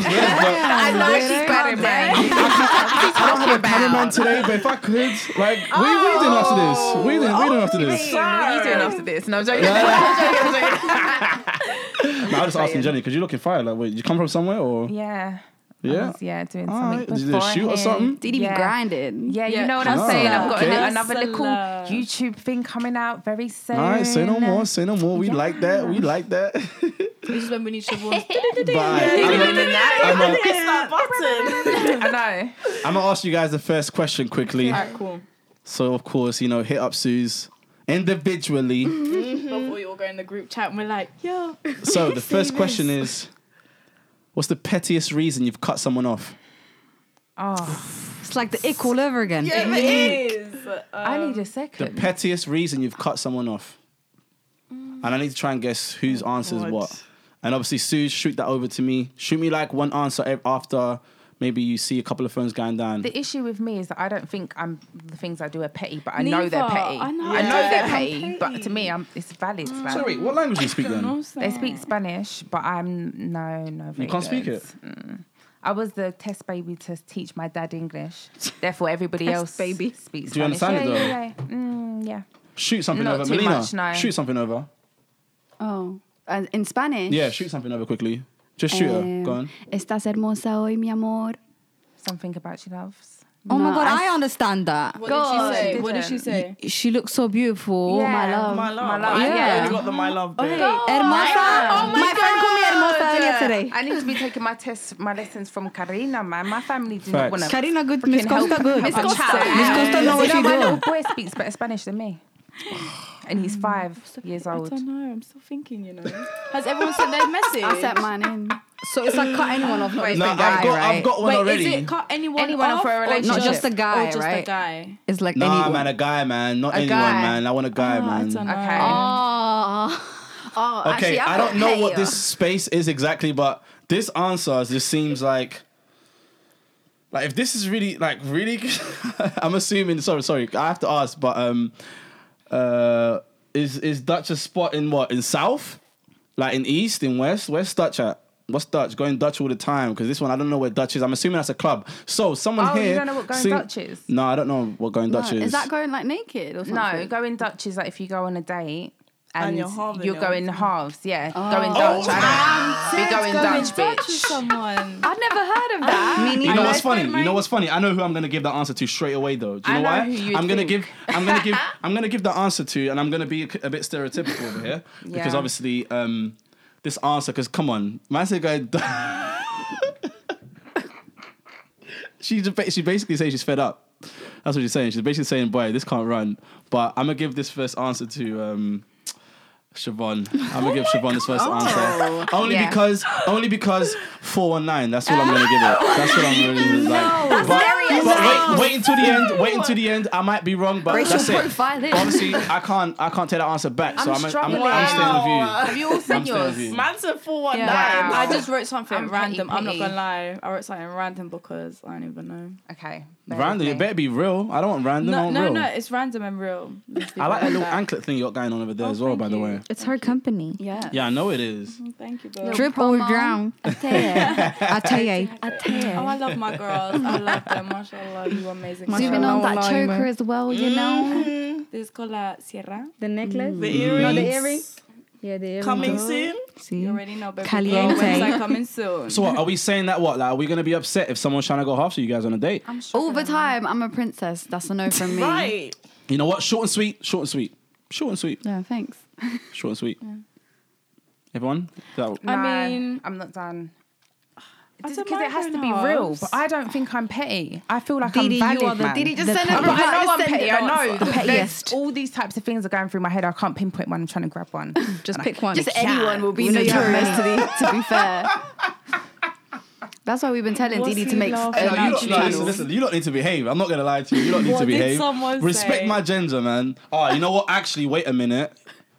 I know she's better, man. She's talking
cameraman
about.
today, but if I could, like, we we didn't after this. We didn't we didn't after this.
You doing after this? No, I'm joking.
No, I was just asking Jenny because you're looking fire. Like, wait, you come from somewhere or
Yeah.
Yeah?
I was, yeah, doing
All
something.
right. Did you do a shoot or
beforehand.
something?
Did he
yeah.
be grinding?
Yeah,
Yeah.
you know what I'm
Ah,
saying. I've got
okay.
an- another
Hustler.
little YouTube thing coming out very soon.
Nice, say no more, say no more. We
Yeah.
like that, we like that.
This is when we need Siobhan's
Bye. I'm gonna
Press that button.
I know.
I'm gonna ask you guys the first question quickly.
Alright, cool.
So of course, you know, hit up Suze individually.
Before we all go in the group chat and we're like, yo.
so the first question is, what's the pettiest reason you've cut someone off?
Oh,
It's like the ick all over again.
It is.
I
Um,
need a
The
second.
pettiest reason you've cut someone off. And I need to try and guess whose answers
God.
what. And obviously, Suze, shoot that over to me. Shoot me like one answer ev- after maybe you see a couple of phones going down.
the issue with me is that I don't think I'm the things I do are petty, but I know
Neither.
they're petty.
I know.
I know
Yeah.
they're
I'm
petty, but to
petty.
me, I'm, it's valid. It's valid.
so wait, what language do you speak then?
They speak Spanish, but I'm no, no.
You can't speak it.
I was the test baby to teach my dad English. Therefore, everybody
Test
else
baby.
speaks
Do you
Spanish.
understand it,
yeah, yeah, yeah. Mm, yeah.
Shoot something
Not
over,
too
Melina.
much, no.
Shoot something over.
Oh, and in Spanish.
Yeah, shoot something over quickly. Just shoot her.
Um,
Go on.
Estás hermosa hoy, mi amor.
Something about you loves.
Oh my
No,
god,
I-
I, understand that.
What
God.
did she say? What did she say?
She looks so beautiful. Oh
Yeah.
my love.
My love.
My love.
I
Yeah.
only got the my love bit.
Hermosa.
Oh
my friend called me hermosa earlier today.
I need to be taking my tests, my lessons from Karina, man. My family do
Facts.
not want to.
Karina good, Miss Costa good. Miss
Costa.
Miss Costa know what
you know,
she
my little
do.
boy speaks better Spanish than me. And he's five years
I
old.
don't know. I'm still thinking, you know. Has everyone sent their message?
I sent mine in.
So it's like cut anyone off, but it's
No,
a
I've
guy,
got,
right?
I've got one
Wait,
already.
is it cut anyone,
Anyone
off
for a
or
relationship?
Not just a guy,
or just
right?
a guy?
It's like
Nah,
anyone.
man, a guy, man. Not
A
anyone,
guy.
man. I want a guy,
I
man.
don't know.
Okay.
Oh.
Oh,
Okay,
actually, I've
I
got
don't know what
hair.
this space is exactly, but this answer just seems like. Like if this is really like really, I'm assuming. Sorry, sorry, I have to ask. But um, uh, is is Dutch a spot in what in South, like in East, in West? Where's Dutch at? What's Dutch? Going Dutch all the time because this one I don't know where Dutch is. I'm assuming that's a club. So someone
Oh, you
here.
don't know what Going Dutch is?
No, I don't know what going Dutch is.
Is that going like naked or something?
No, going Dutch is like if you go on a date
And
and,
you're halving
you're
it.
going halves, yeah. Going Dutch. I don't, be Oh. going, Dutch,
Dutch
bitch.
with someone.
I've never heard of that. Me
You know what's
Unless
funny?
they
You know what's funny? I know who I'm gonna give that answer to straight away, though. Do you
I
know,
know
why?
who you'd
I'm gonna
think.
give. I'm gonna give. I'm gonna give the answer to, and I'm gonna be a, a bit stereotypical over here because
Yeah.
obviously um, this answer. Because come on, man said guy. she just ba- she basically saying she's fed up. That's what she's saying. She's basically saying, "Boy, this can't run." But I'm gonna give this first answer to. Um, Siobhan, I'm gonna give
Oh
Siobhan this first answer only
Yeah.
because only because four one nine. That's what I'm gonna give it. That's what I'm gonna give it. Like, but, but wait, wait until the end. Wait until the end. I might be wrong, but
Racial
that's it.
profile is.
Obviously, I can't I can't take that answer back. So
I'm
I'm I'm, I'm,
struggling.
staying with
Have you
you.
all seen
I'm staying with
yours?
you.
Man's a 419.
Yeah.
I just wrote something
I'm petty,
random. I'm not
petty.
gonna lie. I wrote something random because I don't even know.
Okay. bear
Random,
with
it
me.
better be real. I don't want random. I
No,
want
no,
real.
no. It's random and real. Let's leave
I
it
like that
at
little anklet thing you got going on over there as well.
thank
By the
you.
way,
It's her company.
Yeah.
yeah, I know it is.
Thank you, girl.
Drip or
Promo.
drown.
I tell you.
I tell you.
I tell
Oh,
you.
I love my girls. I love them. Mashallah, you amazing.
Zooming
girls.
on that choker as well, you know.
This is called La Sierra.
The necklace?
The earrings.
Yeah, the earring.
Coming soon.
See?
Mm.
You already know, baby.
Caliente.
Girl, website coming soon.
So what, are we saying that what? Like, are we gonna be upset if someone's trying to go half to you guys on a date?
All the time, I'm a princess. That's a no from me.
Right.
You know what? Short and sweet. Short and sweet. Short and sweet.
Yeah, thanks.
Short and sweet. Everyone. Is that-
I
No,
mean-
I'm not done.
I don't
Because it
mind
has to
going
be real,
halves.
but I don't think I'm petty. I feel like
Didi,
I'm
you
valid,
are the-
man.
Didi,
just
The
send
petty-
I
it
know, I know I'm
Send
petty.
it
I know.
on.
There's
pettiest.
All these types of things are going through my head. I can't pinpoint one. I'm trying to grab one.
Just pick one.
Just
You can't.
anyone will be
We know you have
notorious
many.
to be, to be fair. That's why we've been telling
What's
Didi to
he
make
laughing
a
at?
No, you lot,
YouTube
no, listen,
channel.
listen, you lot need to behave. I'm not gonna lie to you. You lot need
What
to
did
behave.
someone
Respect
say?
my gender, man. Oh, you know what? Actually, wait a minute.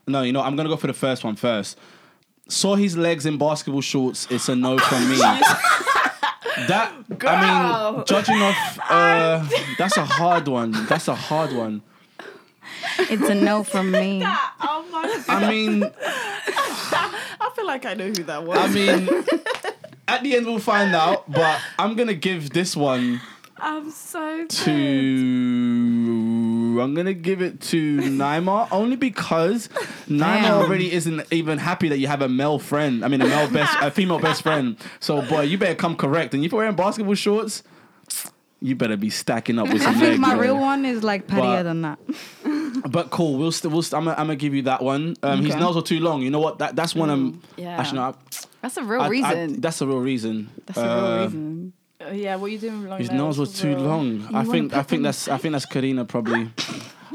No, you know, I'm gonna go for the first one first. Saw his legs in basketball shorts. It's a no from me. that I mean, judging off, uh, that's a hard one. That's a hard one.
It's a no from me.
Oh my god.
I mean,
I feel like I know who that was.
I mean, at the end we'll find out. But I'm gonna give this one
I'm so
to. I'm gonna give it to Naima only because Naima
Damn.
already isn't even happy that you have a male friend. I mean, a male best, a female best friend. So, boy, you better come correct. And if you're wearing basketball shorts, you better be stacking up with some.
I think
legs,
my
man.
real one is like
But-
pattier than that.
But cool, we'll still, we'll st- I'm, gonna- I'm gonna give you that one. Um, His
Okay.
nails are too long. You know what? That that's one. Um,
yeah.
actually, no, I,
That's a real
I- I-
reason.
that's a real reason.
that's a real
Uh,
reason.
Uh, yeah, what are you doing with long
His nails was too long. I think I think that's I think that's Karina probably.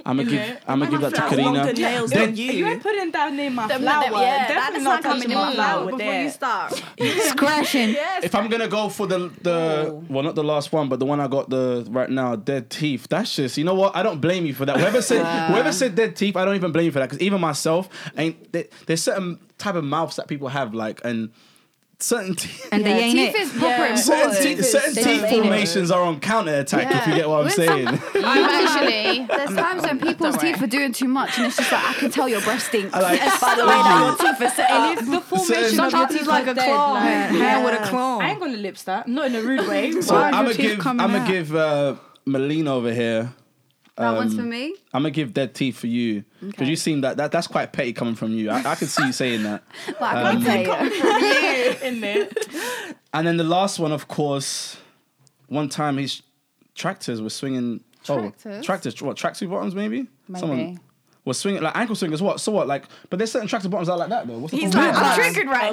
I'm gonna give I'm gonna give that to
That's longer
Karina.
nails
Then-
than you.
You ain't putting that near my
Them-
flower.
them- yeah,
Definitely not
that's not
touching
coming
my
in.
flower
Before
there.
start.
Scratching.
If I'm gonna go for the the well not the last one but the one I got the right now dead teeth that's just you know what I don't blame you for that whoever said whoever said dead teeth I don't even blame you for that because even myself ain't there, there's certain type of mouths that people have like and certain teeth.
And they ain't
teeth
it.
is proper
Certain,
important.
te- certain
They
teeth
ain't it.
formations are on counter attack, if you
Yeah.
get what I'm saying.
I'm actually.
There's times when people's teeth are doing too much, and it's just like I can tell your breath stinks.
I like-
It's by the way that your teeth are set up.
The formation of your
Sometimes
teeth
it's
like
like
dead.
a claw.
like-
Hand with a claw.
I ain't gonna lips that. Not in a rude way.
So
Why are
I'm
your
gonna
teeth
give I'm
coming
gonna
out?
give uh, Melina over here.
That
um,
one's for me.
I'm gonna give dead teeth for you because
Okay.
you seem that, that that's quite petty coming from you. I, I can see you saying that.
But I
Um,
can't tell you.
in there.
And then the last one, of course, one time his tractors were swinging. Oh,
Tractors?
tractors, what tracksuit bottoms maybe?
Maybe.
was swinging like ankle swingers. What? So what? Like, but there's certain tracksuit bottoms that are like that though. What's the
He's
problem
like,
with that?
I'm triggered right
Oh,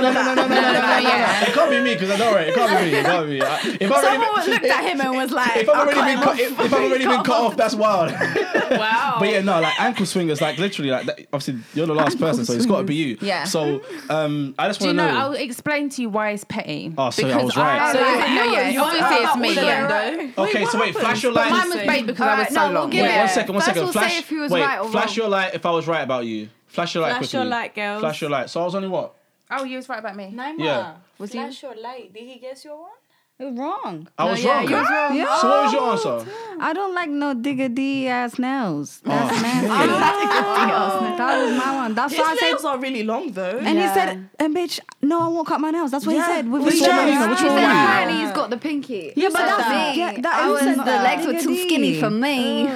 No, no, no, no, no, no, no, no, no, no, no.
Yeah.
It can't be me because I know it. It can't be me. It can't be me. I- If I've already
Someone
been,
looked at him and was like,
if I've
"I'll
already
cut
been
him
cut,
off."
if I've already been cut off, that's wild.
Wow.
But yeah, no, like ankle swingers, like literally, like that, obviously you're the last person, so it's got to be you.
Yeah.
So um, I just
Do you
want to
know?
know.
I'll explain to you why it's petty.
Oh, so I was right.
So
Oh,
is it- no, yeah, obviously it's me. Yeah.
okay, so wait, flash your
But
light.
mine was bait because I was
Alright,
so
no, we'll
long.
give
Wait,
Yeah.
one second, one
First
second.
we'll say
flash.
if he was
wait,
right or
flash
wrong.
your light. If I was right about you, flash your light
Flash
quickly.
your light, girls.
Flash your light. So I was only what?
Oh, you was right about me.
Naima,
Yeah.
was flash your light. Did he guess your one?
You're wrong.
I was
yeah,
wrong.
you was wrong. Oh,
Yeah.
So what was your answer?
I don't like no diggity ass nails. That's
Oh.
nasty. that was my one. That's why I
His
said.
nails are really long though.
And
Yeah.
he said, and bitch, no, I won't cut my nails. That's what he said. With
Which
his
one,
chest.
Melina? Which
She
one
said,
were you?
apparently he's got the pinky.
Yeah, but that's
Yeah,
yeah, that
I
who
was,
said
the
that?
legs were too skinny for me.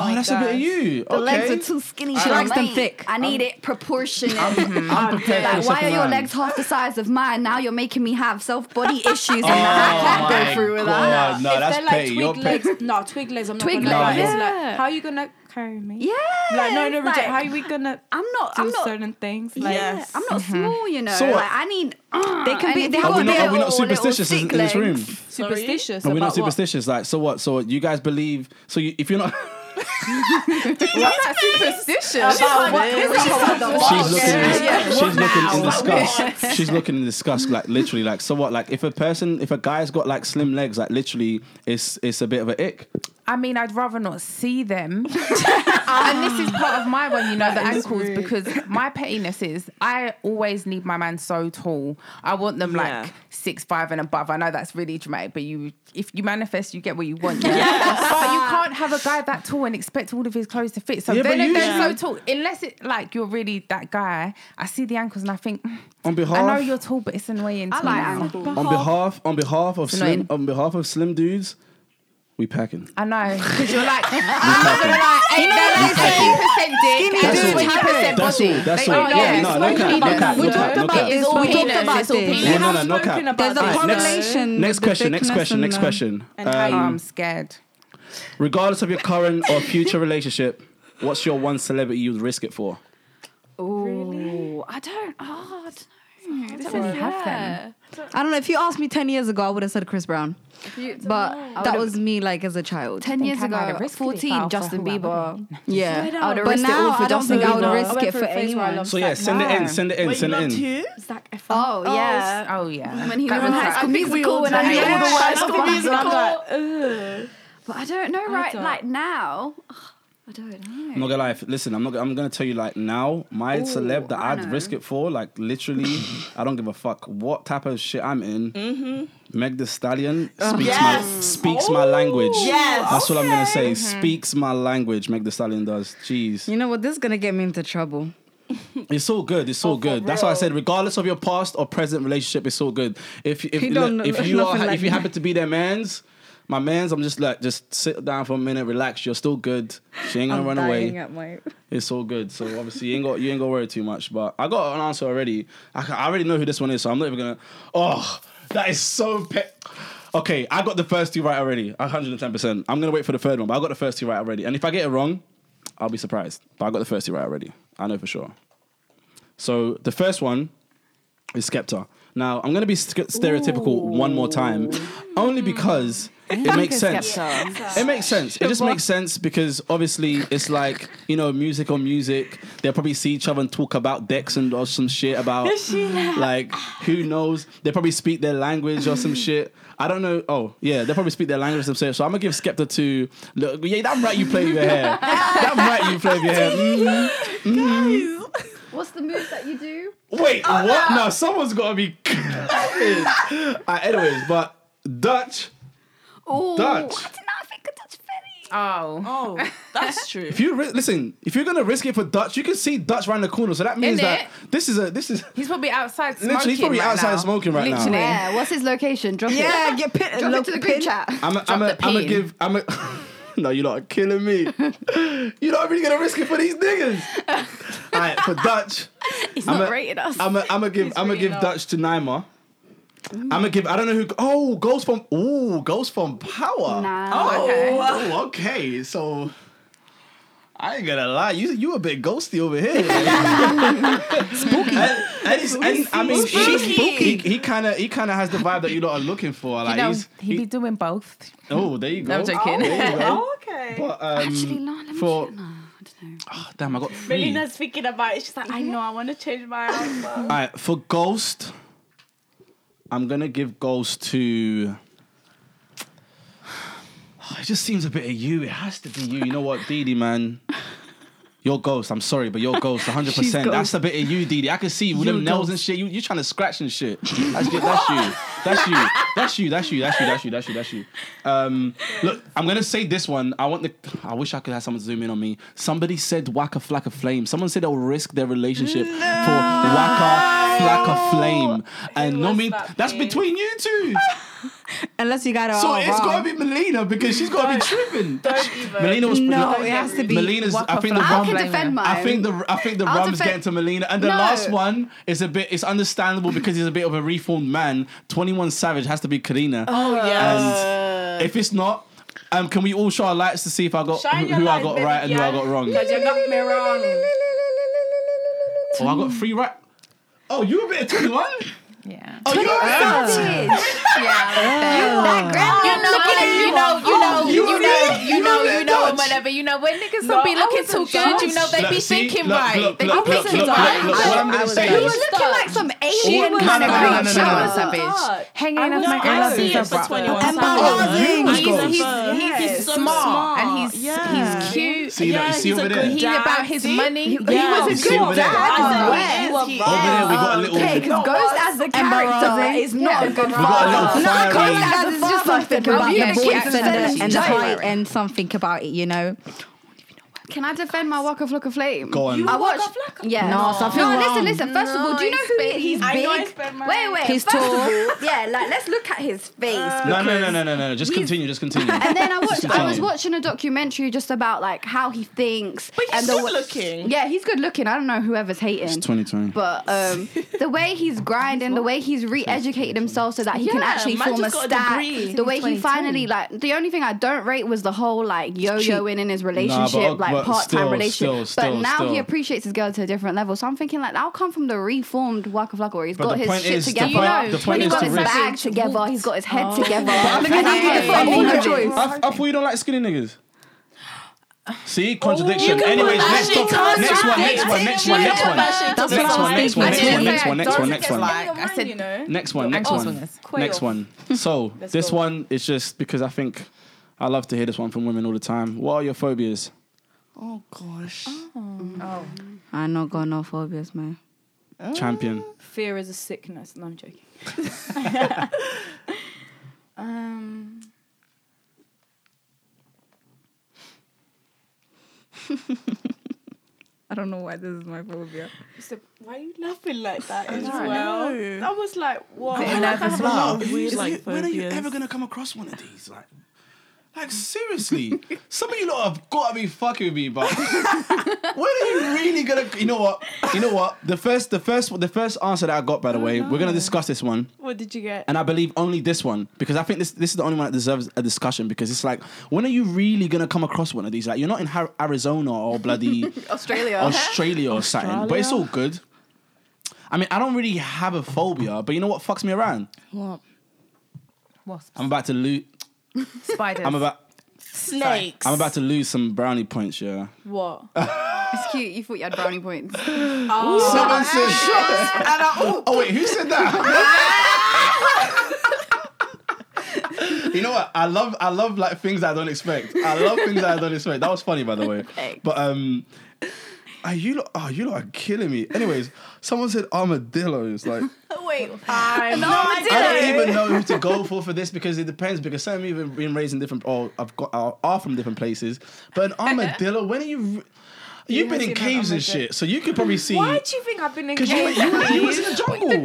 Oh, that's a bit of you.
The
okay.
legs are too skinny.
She
for
likes them
me.
thick.
I need it proportionate.
Oh,
I'm prepared for the
Like, why are
second
your
round.
legs half the size of mine? Now you're making me have self body issues, and
Oh
I can't
my
go through with that.
God, no,
if
that's
they're like
petty.
twig
You're
legs,
petty.
no twig legs. I'm not
Twig
gonna lie.
legs,
It's
yeah.
like, how are you gonna carry me?
Yeah,
Like no, no,
it's
reject.
like,
How are we gonna
I'm not.
do
I'm not.
certain things? Like,
Yeah, I'm not small, you know.
Mm-hmm. So uh, what?
like I need. uh,
They can
and
be-
if
they
you've
have
Are we
got
not, are we
little-
not
little
superstitious in,
thick
in this room?
legs-
superstitious.
Are we not
about what?
superstitious? Like, so what? So you guys believe? So you, if you're not,
About what? This is what the
she's
fuck?
looking, in, dis- she's looking in
now?
disgust. she's looking in disgust. Like literally, like so what? Like if a person, if a guy's got like slim legs, like literally, it's it's a bit of an ick.
I mean, I'd rather not see them. and this is part of my one, you know, the ankles, because my pettiness is I always need my man so tall. I want them
Yeah.
like six five and above. I know that's really dramatic, but you, if you manifest, you get what you want. Yeah? But you can't have a guy that tall and expect all of his clothes to fit. So
Yeah,
then
but
if
you-
they're so tall, unless it like you're really that guy, I see the ankles and I think "Mm,
On behalf,
I know you're tall, but it's annoying.
I
to
like oh
me now."
ankles.
on behalf, on behalf of slim,
annoying.
on behalf of slim dudes, we packing.
I know, because you're like, I'm not gonna lie, ain't that like 80% dick
all.
and 20%
That's
body?
all. That's
They-
all.
oh,
Yeah,
yeah.
no, no cap, no cap,
We
no cap,
talked
no
about
cap.
it.
It's
all
all
penis,
talked about
it's all
this.
We
No,
There's
no,
have
no, no
spoken
cap.
about
a
this.
Alright, next-
correlation.
Next
with the
question. Next
thickness
question.
and
Next
the-
question.
And how
Oh,
you-
Um,
I'm scared.
Regardless of your current or future relationship, what's your one celebrity you'd risk it for?
Ooh, I don't. Oh, I don't know. I don't really
have them.
I don't know. If you asked me 10 years ago, I would have said Chris Brown. But that was me like as a child.
Ten years
I might
ago,
have risked it if I
fourteen,
offer
Justin
who I
Bieber.
Yeah.
I would have
But
risked it
now
all for
I don't
Justin
think I would
Bieber.
risk
went
it
through
for
a phase where I
anyone.
loved
So yeah, send it in, send it in,
Wait, you
send it
loved
in.
who?
Zac Efron.
Oh yeah.
Oh, yeah.
when he was
That
in High
like-
School
think we all
Musical and I
did.
knew all
Yeah,
the
High
words
School
behind it.
Musical.
But I don't know, right?
don't-
Like now, I don't know.
I'm not gonna lie. if- Listen, I'm not. I'm gonna tell you like now. My
Ooh,
celeb that
I
I'd
know.
risk it for, like literally, I don't give a fuck what type of shit I'm in. Meg The Stallion speaks my
Mm-hmm. Uh-huh. Yes. Oh,
speaks my language.
Yes.
that's what I'm gonna say. Speaks my language. Meg The Stallion does. Jeez,
You know what? This is gonna get me into trouble.
it's all good.
Oh,
It's all good. That's why I said, regardless of your past or present relationship, it's all good. If if
He
look,
don't know
if you are
nothing like
if you
that.
happen to be their man's. My man's, I'm just like, just sit down for a minute, relax. You're still good. She ain't gonna
I'm
run
dying
away.
at my.
It's all good. So obviously you ain't got you ain't got to worry too much. But I got an answer already. I, ca- I already know who this one is, so I'm not even gonna. Oh, that is so pe- Okay, I got the first two right already. 110. percent I'm gonna wait for the third one, but I got the first two right already. And if I get it wrong, I'll be surprised. But I got the first two right already. I know for sure. So the first one is Skepta. Now I'm gonna be st- stereotypical one more time, only because it makes sense. It makes sense. It just makes sense because obviously it's like you know music on music. They'll probably see each other and talk about decks and or some shit about like who knows. They probably speak their language or some shit. I don't know. Oh yeah, they probably speak their language or some shit. So I'm gonna give Skepta to look. Yeah, that right you play with your hair. that right you play with your hair. Mhm.
What's the move that you do?
Mm-hmm. Wait, what? Oh, No, someone's gotta be. uh, anyways, but Dutch.
Oh,
Dutch.
I did not think of Dutch Fairy.
Oh.
Oh, that's true.
If you ri- listen, if you're gonna risk it for Dutch, you can see Dutch round the corner. So that means
Innit?
that this is a this is
He's probably outside smoking.
literally he's probably
right
outside
now.
smoking right
Literally.
now.
Yeah, what's his location? Drop
Yeah,
it.
get pit.
Drop
look,
it to the group
pin.
chat.
I'm a, I'm a,
the
I'm a
pin.
give I'm a. no, you lot are killing me. You're not really gonna risk it for these niggas. All right, for Dutch,
He's
I'm
not
a-
rated us.
I'm gonna give I'm gonna
really
give
not.
Dutch to Neymar. I'm gonna give I don't know who. Oh, goes from ooh goes from power.
Nah.
Oh, oh, okay. So I ain't gonna lie, you you a bit ghosty over here. spooky. And, and he's- and, I mean, he's spooky. He, he kind of he kind of has the vibe that you lot are looking for. Like
You know,
he's
he'd be
he,
doing both.
oh, there you go.
I'm joking.
There you go.
okay.
But, um,
Actually, no, let me
for-
check. No, I don't know.
oh, damn, I got three. All
Melina's thinking about it. She's like, I know, I want to change my answer.
right, for Ghost, I'm gonna give Ghost to. It just seems a bit of you. It has to be you. You know what, Didi, man. Your ghost. I'm sorry, but your ghost, 100. percent That's a bit of you, Didi. I can see with them nails and shit. You you trying to scratch and shit. That's you. That's you. That's you. That's you. That's you. That's you. That's you. That's you. That's you. Um, look, I'm gonna say this one. I want the. I wish I could have someone zoom in on me. Somebody said waka flaka flame. Someone said they'll risk their relationship for waka flaka flame. And no
was
mean
that,
that's
babe?
between you two.
Unless you got oh, it
So
all
it's
wrong.
gotta be Melina because she's gotta be tripping.
Don't even.
Melina was
no,
Mel-
it has to be.
Melina's.
Waka
I think the
Flocka.
I
rum.
can
blaming
defend
him.
mine.
I think the I think the
I'll
rum's
defend-
getting to Melina, and the
No.
last one is a bit. It's understandable because he's a bit of a reformed man. Twenty One Savage has to be Karina. Oh yeah. And if it's not, um, can we all show our lights to see if I got who,
Shine your
who I
light,
got
baby
right and who I
girl.
got wrong?
Because you got me wrong.
Oh, I got three right. Oh, you a bit of twenty one?
Yeah.
Oh, you a bit.
you know, you know, you
Oh,
know,
you
you know,
really-
you know,
you
you know,
really
whatever, you know, when niggas don't be
I
looking too
wasn't
good, you know, they
Look,
be
see,
thinking
look,
right.
Look,
They
look,
be
look,
thinking
look,
right.
look, look. What I'm gonna say
You were
is-
looking like some
She
alien
was
kind of
no, no, no,
creature.
no, no, no.
God.
Hanging
I
out
know,
my
I
girl's
see
it
sister,
for
bro.
21
And Embarrassing.
Savage.
He's-
He's,
he's-
he's,
he's
so
smart,
smart
and he's
yeah.
he's cute.
See, look, you
Yeah,
see
he's a
over there.
good-
He about his money.
He was
he's
a
over
good
there.
dad.
West.
He-
Over there, we got a little.
Okay,
We
because Ghost as a character
Embarrassing.
is not a good
got a
father.
little
No,
fiery.
because that is just something
father.
about
Abuse
the
the
voice
kids and
and the,
the
and the height
giant.
and something about it, you know.
Can I defend my Waka Flocka Flame?
Go on. You
I
Waka
watched.
Flocka?
Yeah.
No, something
No,
wrong.
listen, listen. First of all, do you know who he is? He's
I know
big.
it's been mine.
Wait, wait.
He's
First of
tall.
all, yeah, like let's look at his face.
No, no,
because-
no, no, no, no. Just
He's-
continue. Just continue.
And then I watched. I was
continue.
watching a documentary just about like how he thinks.
But he's
and the,
good
wa-
looking.
Yeah, he's good looking. I don't know whoever's hating.
It's 2020.
But um, the way he's grinding, the way he's re-educated himself so that he can
Yeah,
actually
man
form a
just got a
stack.
degree.
The way he finally like the only thing I don't rate was the whole like yo-yoing in his relationship,
Nah, but-
like
but
part-time
still,
relationship.
still, still,
but now
still.
he appreciates his girl to a different level. So I'm thinking like I'll come from the reformed Waka Flocka where he's
But
got
the
his
point
shit
is- the
together.
point-
You know,
the point
he's
is
got
to
his
risk-
bag together, he's got his head
Oh.
together.
I
And I
thought-
give
I
him all the
thought-
choice.
I, I thought you don't like skinny niggas. See contradiction. Anyways,
that
next,
shit
one,
to the
next one,
side.
next one, next one, next one,
That shit to
That's
the
what I
next
was
one,
side.
next one, next one,
thinking.
next one, next one,
Don't
next
forget,
one,
like,
I
I said,
said-
you know.
next one, next
ankles
one,
swingers.
next one. So
Let's
this
go.
one is just because I think I love to hear this one from women all the time. What are your phobias?
Oh gosh.
I'm not got no phobias, man.
Mm.
Champion.
Fear is a sickness. No, I'm joking. um,
I don't know why this is my phobia.
so why are you laughing like that as
don't
well?
know.
I was like, what?
nervous laugh.
Weird like
when are you
phobias.
ever gonna come across one of these? Like, like seriously, some of you lot have got to be fucking with me, but when are you really gonna? You know what? You know what? The first, the first, the first answer that I got, by the way, we're gonna discuss this one.
What did you get?
and I believe only this one because I think this this is the only one that deserves a discussion because it's like when are you really gonna come across one of these? Like you're not in Har- Arizona or bloody
Australia.
Australia or something, but it's all good. I mean, I don't really have a phobia, but you know what fucks me around?
What?
Wasps,
I'm about to lose.
spiders.
I'm about.
Snakes.
I'm about to lose some brownie points, yeah.
What?
It's cute. You thought you had brownie points.
Oh.
Someone said shit. oh wait, who said that? you know what? I love I love like things that I don't expect. I love things that I don't expect. That was funny by the way. But um are you lot, oh you lot are killing me. Anyways, someone said armadillos. Like
Wait.
I'm
I don't even know who to go for for this because it depends because some of you have been raised in different or I've got are, are from different places. But an armadillo, when are you re- You've
haven't
been in
seen an
caves and
armadillo.
shit, so you could probably see
Why do you think I've been in
because you, were-
cage?
you, were- you was in the jungle.
I was in,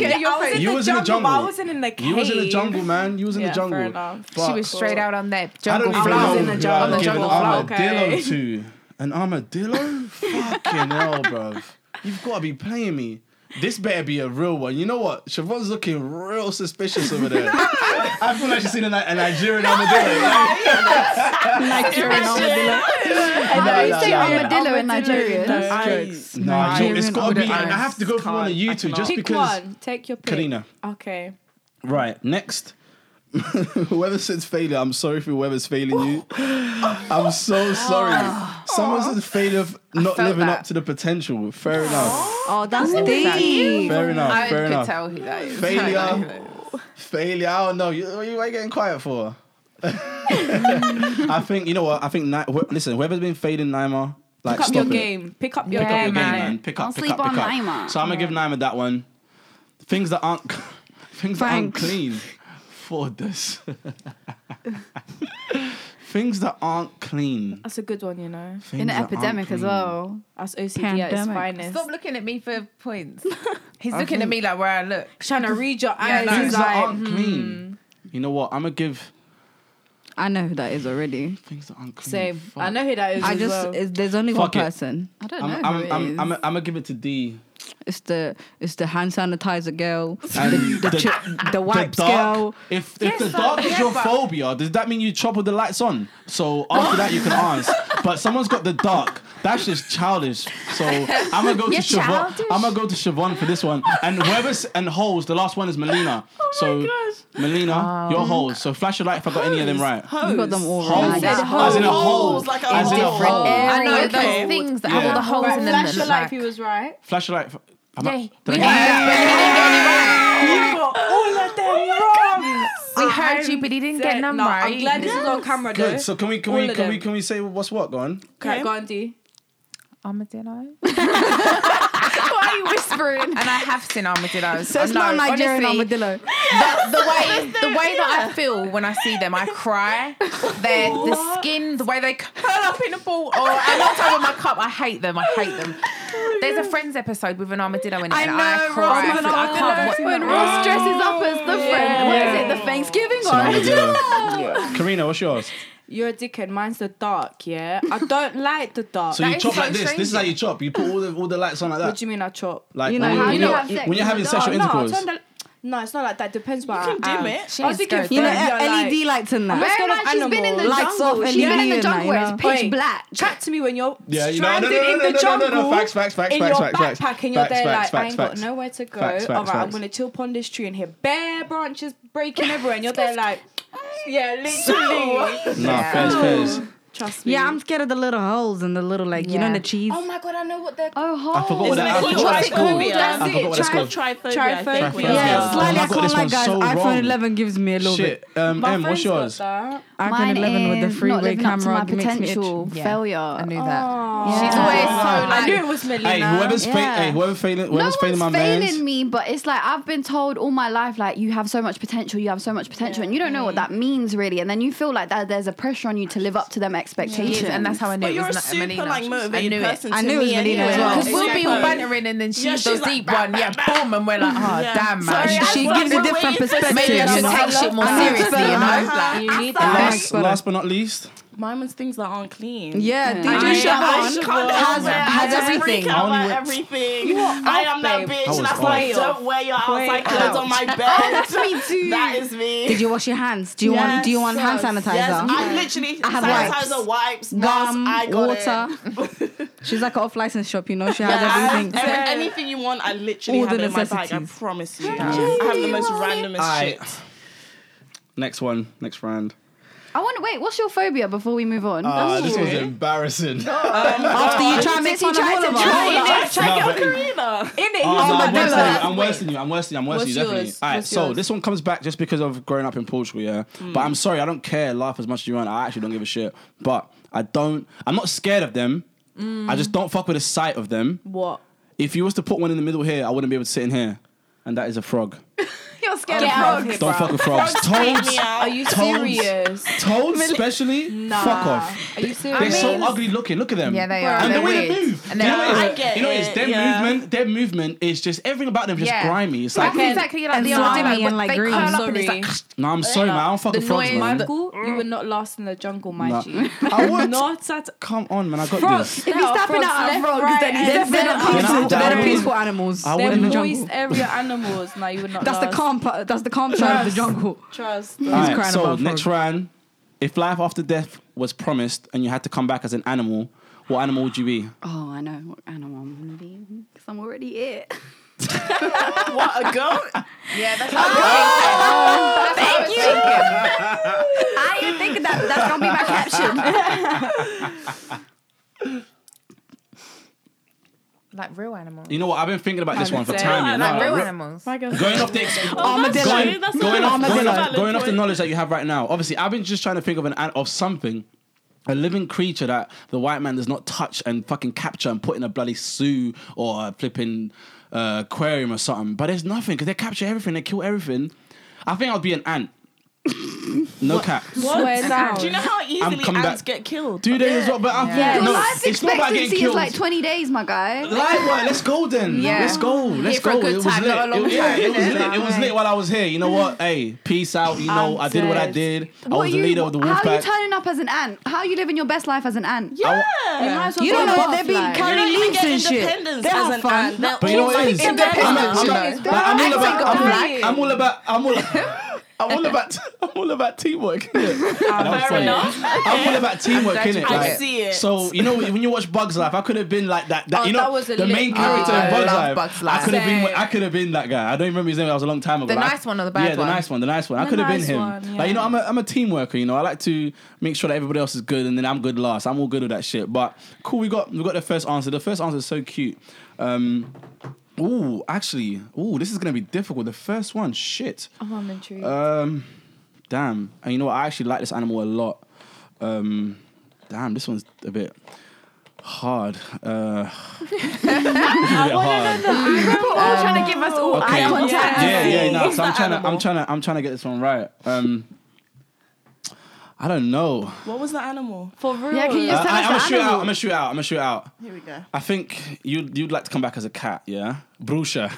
You
the,
was in
jungle,
the
but I
jungle.
wasn't in the cave.
You was in the jungle, man. You was in
Yeah,
the
fair
jungle.
enough.
But
she was straight out on that
I
jungle
don't even
floor.
I
know
was in the
who I'd
jungle. On the
give an
jungle floor,
armadillo
okay.
to. An armadillo? Fucking hell, bruv. You've got to be playing me. This better be a real one. You know what? Siobhan's looking real suspicious over there. I feel like she's seen a, Ni- a Nigerian armadillo.
How do you
no,
say
no, no.
armadillo in Nigerian?
I- Nah, yo, it's
Nigerian
got to be. I
armadillos.
have to go for one of you two just
Pick
because.
one. Take your pick.
Karina.
Okay.
Right, next. whoever says failure, I'm sorry for whoever's failing you. I'm so sorry. Someone said failure of not
Ah. felt
living up
that.
to the potential. Fair enough.
Oh, that's deep.
Fair
I
enough. Fair
could
enough.
tell who that is.
Failure. Failure. I don't know. You, what you- what you getting quiet for? I think you know what. I think Ni- wh- listen. Whoever's been failing Neymar, like
Pick up
stop
your
it.
game. Pick up your
Pick up
Yeah,
your
game.
game,
man.
man. Pick up.
Don't
Pick
sleep
up. Pick
on
up.
Neymar.
So I'm gonna give Neymar that one. Things that aren't things that aren't clean. For this. Things that aren't clean.
That's a good one, you know.
Things
In an
that aren't
epidemic as
clean.
well.
That's OCD at its
Pandemic.
finest.
Stop looking at me for points. He's looking at me like where I look.
Trying to read your eyes.
no.
He's
Things that
like, hmm.
aren't clean. You know what? I'm gonna give
I know who that is already.
things that aren't clean.
same. I
Fuck.
know who that is.
I
as
just
well.
it's, there's only
Fuck
one
it.
person. I don't
I'm,
know.
I'm,
who it
I'm,
is.
I'm, I'm gonna give it to D.
it's the it's the hand sanitizer girl,
And
the the, chi- the wipes girl.
If, if
Yes,
the
but-
dark is
yes,
your
but-
phobia, does that mean you chop all the lights on? So after that, you can ask. But someone's got the dark. That's just childish. So I'm gonna go to
You're
Siobhan.
childish.
I'm gonna go to Siobhan for this one. And Webber's and Holes. The last one is Melina. so Melina,
Um,
your Holes. So flash your light if I got any of them right.
You got them all
Holes.
right.
said
As in a hole.
Holes, like a
As in a
hole.
hole.
Different
I know
Okay.
those things that
Yeah.
have all the holes
Right,
in them.
flash
that
your
look
light
like-
if he was right.
Flash your light. If, am I-
Yeah,
did I
we
get it?
You got all of them wrong.
We heard you, but he didn't get them
no,
right.
I'm glad this is on camera though.
Good. So can we can
All
we
of
can we
them.
can we say what's what? Go on.
Okay,
Okay.
Gandhi.
Armadillo.
Why are you whispering?
And I have seen armadillos.
So it's
I
not
know,
Nigerian
honestly,
armadillo.
the, the way the way that I feel when I see them, I cry. Their the skin, the way they curl up in a ball, or and on top of my cup, I hate them. I hate them. There's a Friends episode with an armadillo in it.
I
and
know,
I
Ross.
cry.
When,
I can't
Ross,
watch-
when
Oh,
Ross dresses up as the friend, what is it, the Thanksgiving
Armadillo.
one?
Karina, what's yours?
You're a dickhead. Mine's the dark, yeah? I don't like the dark.
So
That
you
is
chop
so
like this. This is how you chop. You put all the all the lights on like that.
what do you mean I chop?
like
You know
when,
how
you,
you
know,
have
sex
when you're
in
having
the
sexual
no,
intercourse.
I turned the- no, it's not like that. Depends what
You can
I am.
dim it. She
I
is
was thinking
scared.
You know, E
friends, you're
LED
like-
lights and that.
Bear in mind,
She's been in the
Lights off,
jungle. She's been in the
LED
jungle where
night,
it's
you
pitch
Wait.
black.
Chat to me when you're
Yeah, you know-
stranded
no, no, no, no,
in the
no, no, no,
jungle.
no, facts, facts, facts,
in
facts,
your
facts,
backpack
facts,
and you're
facts,
there
facts,
like,
facts,
I ain't got
facts.
nowhere to go.
Facts, facts,
All right, I'm
facts.
gonna chill upon this tree and hear bare branches breaking everywhere, and you're there like, yeah, literally.
Nah, fairs, fairs.
Trust me.
Yeah, I'm scared of the little holes and the little like you know
Yeah.
the cheese.
Oh my god, I know what they're.
Oh,
I
hot.
forgot what that. I
called
forgot what that's called.
triphobia?
I forgot what that's
Tri-
called.
triphobia. I think we
Triphobia.
are.
yeah,
Yeah. Oh
slightly.
my
I
God,
can't
this
lie,
one's
guys.
so
iPhone
wrong.
11 gives me a little
Shit.
bit.
Um, M, what's yours?
iPhone
Mine
11 with the
is not
freeway
living up to
camera
my
makes me itch.
potential
Yeah.
failure.
I knew that.
She's
always
so I knew it was Melina.
Hey, whoever's fa-
Yeah.
hey, whoever failing,
no
whoever's
one's
failing my
failing
man.
me, but it's like I've been told all my life, like you have so much potential, you have so much potential, and you don't know what that means really. And then you feel like that there's a pressure on you to live up to them expectations,
Yes, and that's how I knew
But
it
you're a
was
super
Melina.
like
I
motivated
knew it.
person.
I
to
knew it was
me
Melina as
anyway.
well.
Because we'll be all
Exactly.
bantering and then she's
Yeah,
the
she's like,
deep
bah,
one.
bah,
yeah,
bah.
boom. And we're like, oh,
Yeah.
damn, man.
Sorry,
She-
I
she
was-
gives a
we're
different
waiting for
perspective.
Maybe I should
Yeah.
take shit more
I'm sorry.
seriously, you know?
Uh-huh.
Like,
you need
that.
Last,
Thanks, brother.
last but not least,
Mine was things that aren't clean.
Yeah,
I
DJ
am
Siobhan
a Siobhan.
has,
I
has
just
everything.
Freak out
Only
about
with-
everything. I am that
babe.
I was
bitch. That's
off.
like don't wear your outside clothes on my bed. Oh, me too. That is me.
Did you wash your hands? Do you want? Do you want hand sanitizer?
Yes, I literally
I have
sanitizer wipes, gloves,
Gum,
I got It.
water. She's like an off-license shop, you know. She
Yeah, I
has
have
everything.
every- anything you want, I literally
All
have
the
it in my bag. I
necessities.
promise you. I have the most randomest
I-
shit.
next one, next round.
I want to wait. What's your phobia before we move on?
Ah, this was embarrassing.
After
Oh,
you try and make fun of all of us.
No, but- Oh, no, I'm, worse than you. I'm worse than you. I'm worse than you. I'm worse than you.
What's
Definitely.
yours?
All right.
What's
so
yours?
this one comes back just because of growing up in Portugal, yeah. But I'm sorry, I don't care. Laugh as much as you want. I actually don't give a shit. But I don't. I'm not scared of them. I just don't fuck with the sight of them.
What?
If you was to put one in the middle here, I wouldn't be able to sit in here. And that is a frog.
You're scared
of frogs.
Don't fuck with frogs.
Freak
Toads.
me out.
Are you
Toads.
serious?
Toads, especially. Fuck off.
Are you serious?
They're so ugly looking. Look at them.
Yeah, they are.
And the
They're
way they
weird.
move.
And
you know,
they're-
what it is?
I get
you know what it is?
it,
Their
yeah.
movement, their movement is just everything about them is just
Yeah.
grimy. It's
Like
like,
exactly like
And
the other day,
slimy
like,
and, like,
they
green.
curl
I'm
up and it's
sorry.
like,
no, I'm sorry, man. I don't fuck
The
with frogs,
noise,
man.
Michael, you would not last in the jungle, mind
No.
you.
I would.
Not at
Come on, man. I got
frogs.
this.
If you're
Stepping out of frogs, they're, they're,
and
peaceful,
left.
they're
Yeah.
peaceful animals.
I
They're
wouldn't.
moist area animals. No, you would not
That's the
last.
calm. part- That's the calm side of the jungle.
Trust.
Alright,
crying
so
about
next round, if life after death was promised and you had to come back as an animal, what animal would you be?
Oh, I know what animal I'm gonna be because I'm already it.
What a goat?
yeah,
Oh,
that's
Thank you. I didn't think of that. That's gonna be my caption.
like real animals.
You know what? I've been thinking about this one for
say-
time. you know,
Like real
like,
animals.
Going off the ex-
That's
Armadillo.
true, that's
going
not-
off,
that's
going
a
off-
valid
going off the
point.
knowledge that you have right now. Obviously, I've been just trying to think of an an- of something, a living creature that the white man does not touch and fucking capture and put in a bloody zoo or a flipping uh, aquarium or something. But there's nothing because they capture everything, they kill everything. I think I'll be an ant. No cap.
Swear down.
Do you know how
I'm
easily
coming
ants
back.
get killed?
Do they as well? But I
Yeah,
think no,
life
it's not about getting
expectancy is
killed.
like 20 days, my guy.
Live one, let's go then.
Yeah.
Let's go. Let's
for a
go.
good
it was
time,
lit.
not a
it,
long
was- yeah,
time,
it was
innit? Mm.
lit. It was lit while I was here. You know what? Hey, peace out. You know, i
I'm
did what I
dead.
did. I
What
was
are
the
you-
leader of the wolf
How are you
pack.
turning up as an ant? How are you living your best life as an ant?
I w-
You might as well
You
go
don't know
on a
they're being
butterfly.
carried
You don't even
leaves
get
and shit.
independence
They
as
have
an
fun.
ant. They're
But you know what it is?
always independent.
I'm,
you
not-
know.
like, I'm all about.
got
I'm,
black.
I'm all about. I'm all. I'm all about. I'm all about teamwork. innit? And I'm
Oh, Fair
saying-
enough.
I'm all about teamwork,
glad you
innit?
did.
I see it.
So you know when you watch Bugs Life, I could have been like that. that
Oh,
you know
that was a
the
lit-
main character
Oh,
in
I
Bugs
love
Life.
Bugs
I
Life.
could have been.
Same.
I could have been that guy. I don't remember his name. That was a long time ago.
The
Like,
nice one or the bad
Yeah, the
one?
nice one. The nice one. I
The
could have
nice
been him.
one,
Like you know,
yeah.
I'm a I'm a team worker. You know, I like to make sure that everybody else is good, and then I'm good last. I'm all good with that shit. But cool, we got we got the first answer. The first answer is so cute. Um, Ooh, actually, ooh, this is gonna be difficult. The first one, shit.
Oh, I'm intrigued.
Um, damn. And you know what? I actually like this animal a lot. Um, damn, this one's a bit hard. Uh, this is a bit hard.
People are trying to give us all
Okay.
eye contact.
Yeah, yeah. No,
What's
so I'm
that
trying to, I'm
animal?
trying to, I'm trying to get this one right. Um, I don't know.
What was the animal?
For real.
Yeah, can you
Uh,
just tell
I, I'm
us
gonna
the
shoot out. I'm
animal?
gonna shoot out. I'm gonna shoot out.
Here we go.
I think you'd you'd like to come back as a cat, yeah? Brucia.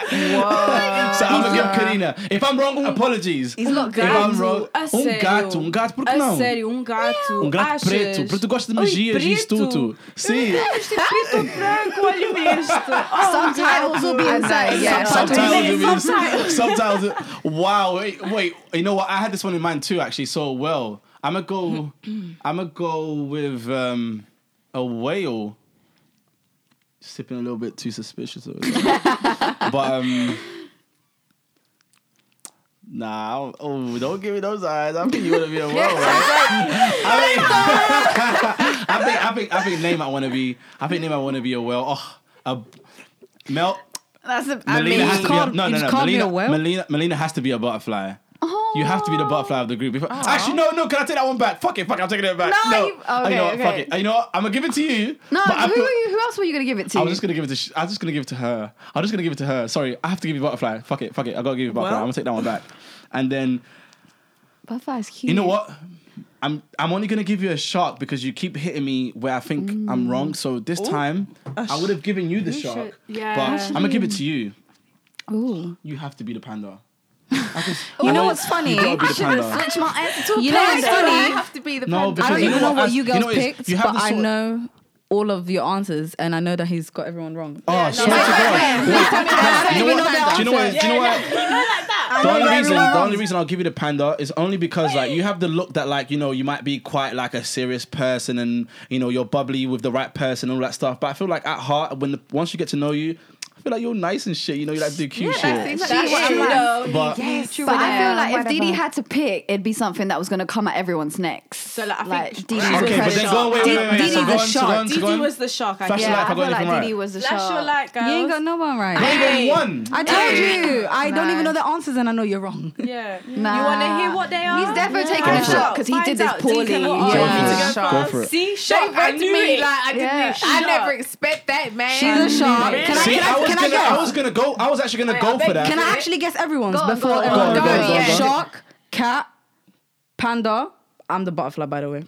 so I'm gonna give Karina. If I'm wrong, apologies.
He's not
If I'm
good.
wrong,
A
um
sério?
gato, um gato, por que
A
não?
sério, um gato.
Um gato
Achas?
preto. Preto gosta de
Oi,
magia, de
preto.
instituto. Sim.
Este preto ou branco, olha isto.
Subtitles will be
I
inside.
know, yeah.
Sometimes sometimes. sometimes it- wow wait wait you know what I had this one in mind too actually so well I'm gonna go I'm gonna go with um, a whale sipping a little bit too suspicious over there. but um Nah, I don't- oh, don't give me those eyes. I think you want to be a world. Right? I, mean, I think, I think, I think, Neymar want to be. I think Neymar want to be a well. Oh, a Mel.
That's a, I mean,
Melina has
you
to be a,
can't,
no,
you
no,
just
no.
can't
Melina,
be a Oh. whale.
Melina, Melina has to be a butterfly.
Oh.
You have to be the butterfly of the group. If- Actually, no, no. Can I take that one back? Fuck it. Fuck. it, I'm taking it back.
No,
no.
you-
Oh, you know
okay,
what? Fuck
okay.
it. You know what? I'm gonna give it to you.
No,
but I
who,
feel-
are you, who else were you going to give it to?
I was just gonna give it to. Sh- I was just gonna give it to her. I was just gonna give it to her. Sorry, I have to give you butterfly. Fuck it, fuck it. I gotta give you butterfly.
Well.
I'm gonna take that one back. And then
Butterfly's cute.
you know what? I'm I'm only gonna give you a shark because you keep hitting me where I think I'm wrong. So this time I would have given Mm. you the shark,
should- yeah.
but
Actually-
I'm gonna give it to you.
Ooh.
You have to be the panda.
You know what's funny?
You gotta be the panda.
Switch my answer to a
You know what's
panda.
funny?
have to be the
No,
I
because
don't
you
even know what
I-
you
you
girls
know, it's-
picked,
you have
but
this
I
sort-
know all of your answers, and I know that he's got everyone wrong.
Oh, swear to God. Wait,
that.
you know
We
what-
know that.
Do you know what? Do you know what? The only reason, the only reason I'll give you the panda is only because like you have the look that like you know you might be quite like a serious person and you know you're bubbly with the right person and all that stuff. But I feel like at heart, when the, once you get to know you, I feel like you're nice and shit. You know, you like to do cute shit.
She is.
But
But I feel like if Didi had to pick, it'd be something that was going to come at everyone's necks.
So, like, I think-
Didi's
Okay,
was
okay,
the
but then
shark.
go on, wait, wait, wait, wait.
Didi
so go
the
on, so go on, so go
Didi
on.
was the shark. I
Flash
guess.
light.
Yeah,
I
I
got
feel
anything
like Didi
right.
was the
Flash your
shark.
light, girls.
You ain't got no one right.
I ain't got one.
I told you. I don't even know the answers, and I know you're wrong.
Yeah.
Nah.
You want to hear what they are?
He's definitely taking a
Go for
shot
it.
because he
Find
did this
out. Didi,
poorly.
what
Do
are
you want
you?
me to
Yeah.
go Go for it.
See, shark. I knew it.
I
Yeah.
I
Shark.
never expect that, man.
She's a shark. Can I,
See,
can I,
I was
can I
gonna,
guess?
I was gonna go. I was actually gonna go
I
for
beg
Can
that.
I actually guess everyone's
Go on,
before
go on,
everyone
go on,
goes?
go on, go on, go on.
Shark, cat, panda. I'm the butterfly, by the way.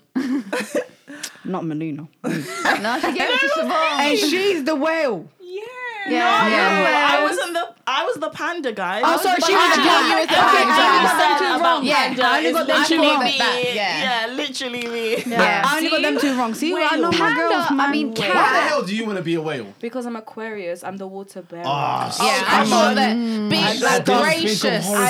Not Melina.
No, she gave it to Siobhan.
And she's the whale.
Yeah.
Yeah,
No,
yeah.
no, I wasn't the. I was the panda guy.
Oh, sorry, she was the girl you were
Everything you said
thinking.
about
Yeah,
panda
I only
is
got them two
literally
wrong.
me.
Yeah.
Yeah, literally me.
I only got them two wrong. See, I know my
Panda,
girls, man.
I mean,
Why the
cat.
hell do you want to be a whale?
Because I'm Aquarius, I'm the water bearer.
Ah,
Yeah, I thought that. Be like gracious.
I,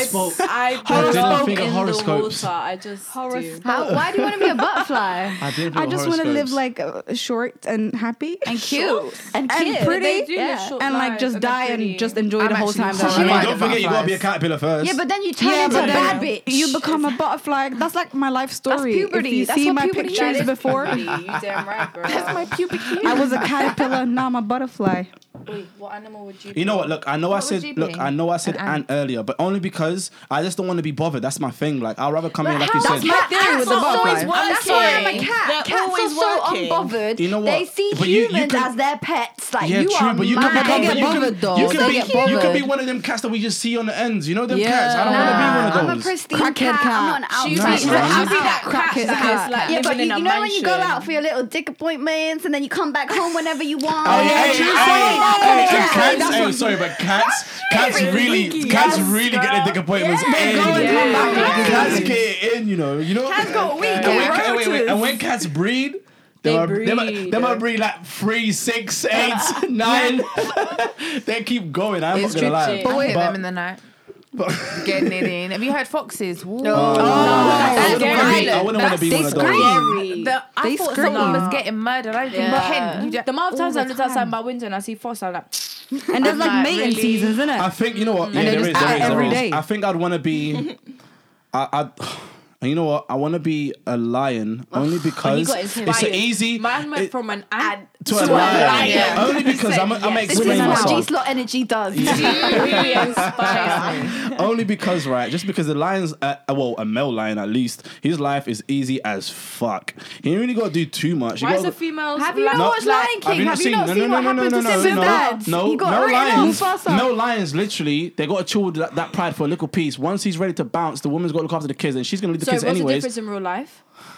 I belong
think of
in the
horoscopes.
water. I just do.
How, why do you want to be a butterfly?
I, didn't
I just want to live
horoscopes.
like uh, short and happy
and cute. And
and
cute.
pretty,
do live short
and like
lives,
just
and they're
die
pretty.
and just enjoy the
I'm
whole
actually
time.
so
that
she
I'm
Yeah,
might
alive.
don't forget you gotta be a caterpillar first.
Yeah, but then you turn
Yeah,
into
but
a bad
then
bitch.
you become a butterfly. That's like my life story.
puberty.
If you
That's
see
what
my
puberty is.
pictures before,
Really, you damn right, girl.
pubic I was a caterpillar, now I'm a butterfly.
Wait, what animal would you?
You know what? Look, I know I said
would you
look,
be?
I know I said ant earlier, but only because I just don't want to be bothered. That's my thing. Like I'd rather come here like you
That's
said.
my
my
theory with the butterfly.
That's why I'm a
working.
cat.
They're
Cats are
always
so
working.
unbothered.
You know what?
They see
But you- you
humans
can-
as their pets. Like
Yeah,
you
true,
are
but you
mad.
can become,
They
but
get
you can,
bothered, though.
you can
They
be,
get
you can be
bothered.
one of them cats that we just see on the ends. You know them
Yeah.
cats. I don't want to be one
I'm
of
a
those.
pristine
Crackhead
cat. I'm
cat.
not an
She's
outback.
like,
She's
she's like,
an
I'll see
outback
that cat
crackhead
that
cat.
is like
yeah,
living
but you,
in a
you know when you go
mansion.
out for your little dick appointments and then you come back home whenever you want.
Oh, yeah, hey,
you
hey, hey,
say that.
hey,
Yeah.
and cats, hey, sorry, but cats, cats really, cats really get their dick appointments. in. Cats get it in, you know, you know. Cats
go a week,
And
yeah.
when, ca- wait, wait, and when cats breed, they,
They
might- They might,
breed.
they might breed like three, six, eight, nine. they keep going. I'm not gonna lie.
But wait,
But-
them in the night. Getting it in. Have you heard foxes? Woo.
I wouldn't wanna
That's
be- I
violent.
wouldn't want to be one of those.
Scary.
The, I
They
thought
scream.
someone was getting murdered. I didn't
Yeah.
think 10. You just-
The amount of times
all
I've
the
looked outside my window and I see fox, I'm like,
And there's like
not
mating
really.
seasons, isn't it?
I think you know what.
they're
Yeah, there is.
just
There
out
is. there
every
is.
day.
I think I'd want to be. I, I, and you know what? I want to be a lion only because
got his
it's an
lion.
easy
man went
it-
from an ant
to a
to a
lion.
lion.
Only because I'm. I'm
This is
explaining
what
myself.
G-slot energy does.
really inspires me.
Only because, right? Just because the lion's, uh, well, a male lion at least, his life is easy as fuck. He ain't really got to do too much. You
Why is
gotta-
a female?
Have you not watched Lion King?
Have you not seen? No, no, no, no, no, no, no,
Simba's
no,
dad?
no,
He got
no
written off.
lions.
Mufasa.
No lions. Literally, they got to chill with that, that pride for a little piece. Once he's ready to bounce, the woman's got to look after the kids, and she's gonna leave the
So
kids
what's the
anyways.
difference in real life?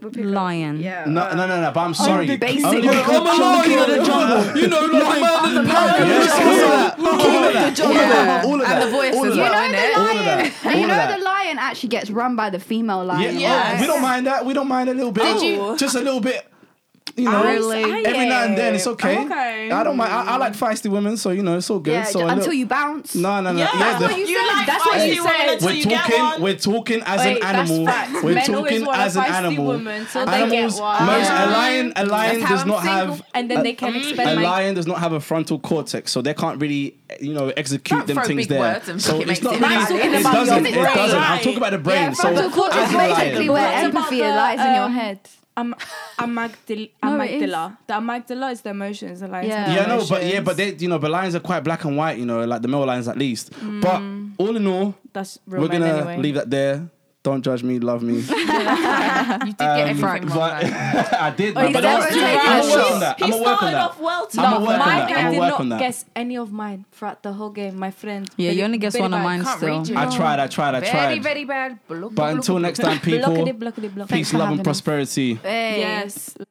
We'll pick up-
lion.
Yeah.
No,
uh,
no, no, no. But I'm sorry.
the basic
Only
of
because-
the I'm a lion of the
You know, like man in the power.
Yeah.
All of that.
And the voice
all of
as
that.
well,
You know
innit?
the
All
lion.
of that.
And
All
you
of
know
that.
the lion actually gets run by the female lion.
Yeah,
right?
oh, we don't mind that. We don't mind a little bit. Oh,
Did
you-
Just a little bit. You know,
Really?
every now and then it's okay.
I'm okay.
I don't mind. I, I like feisty women, so you know it's all good.
Yeah,
so
ju-
a
until
little-
you bounce.
No, no, no.
Yeah, that's
the-
what you
You
said.
like
that's what
feisty
you said.
women
until
we're
you get
talking.
one.
We're talking as
Wait,
an
that's
animal.
facts.
We're
Men always
talking
want a
as an
feisty
animal.
woman, so they
Animals.
get one.
most- Mm.
Yeah.
A lion. A lion
how
does
I'm
not
single.
have.
and
a-
then they can
a
expend my
lion does not have a frontal cortex, so they can't really, you know, execute
Don't
them
throw
things
big
there.
words and
so
think it
it's
makes
not
it
really.
valid.
It,
It's about
doesn't. It
your brain.
doesn't. I'm
Right.
talking about the brain.
Yeah,
so
frontal cortex
as
is
a
basically
lion,
where
What about
empathy
the,
lies in your
um,
head.
am amagdil-
No, it is.
amygdala. The amygdala is the emotions. The lions
Yeah.
are the
Yeah, no, but
emotions.
yeah, but they, you know, but lions are quite black and white, you know, like the male lions at least.
Mm.
But all in all,
that's real
we're
men
gonna
anyway.
leave that there. Don't judge me, love me. Um,
You did get everything
but
wrong. though.
I did,
Oh,
man,
you
but don't-
definitely
I'm
taking
gonna
a
work
shot.
on that.
He
I'm gonna work on
started
that.
off well tonight.
I'm gonna work on
my
that.
guy
I'm
did
gonna work
not
on that.
guess any of mine throughout the whole game. My friend.
Yeah, you
Very-
only guess
very
one of
bad.
mine
Can't
still.
read you.
I tried, I tried, I
Very,
tried.
very bad. Blah, blah,
But
blah,
until
blah,
next
blah.
time, people,
Blockity, blockity, blockity.
peace, love, and prosperity.
Hey.
Yes.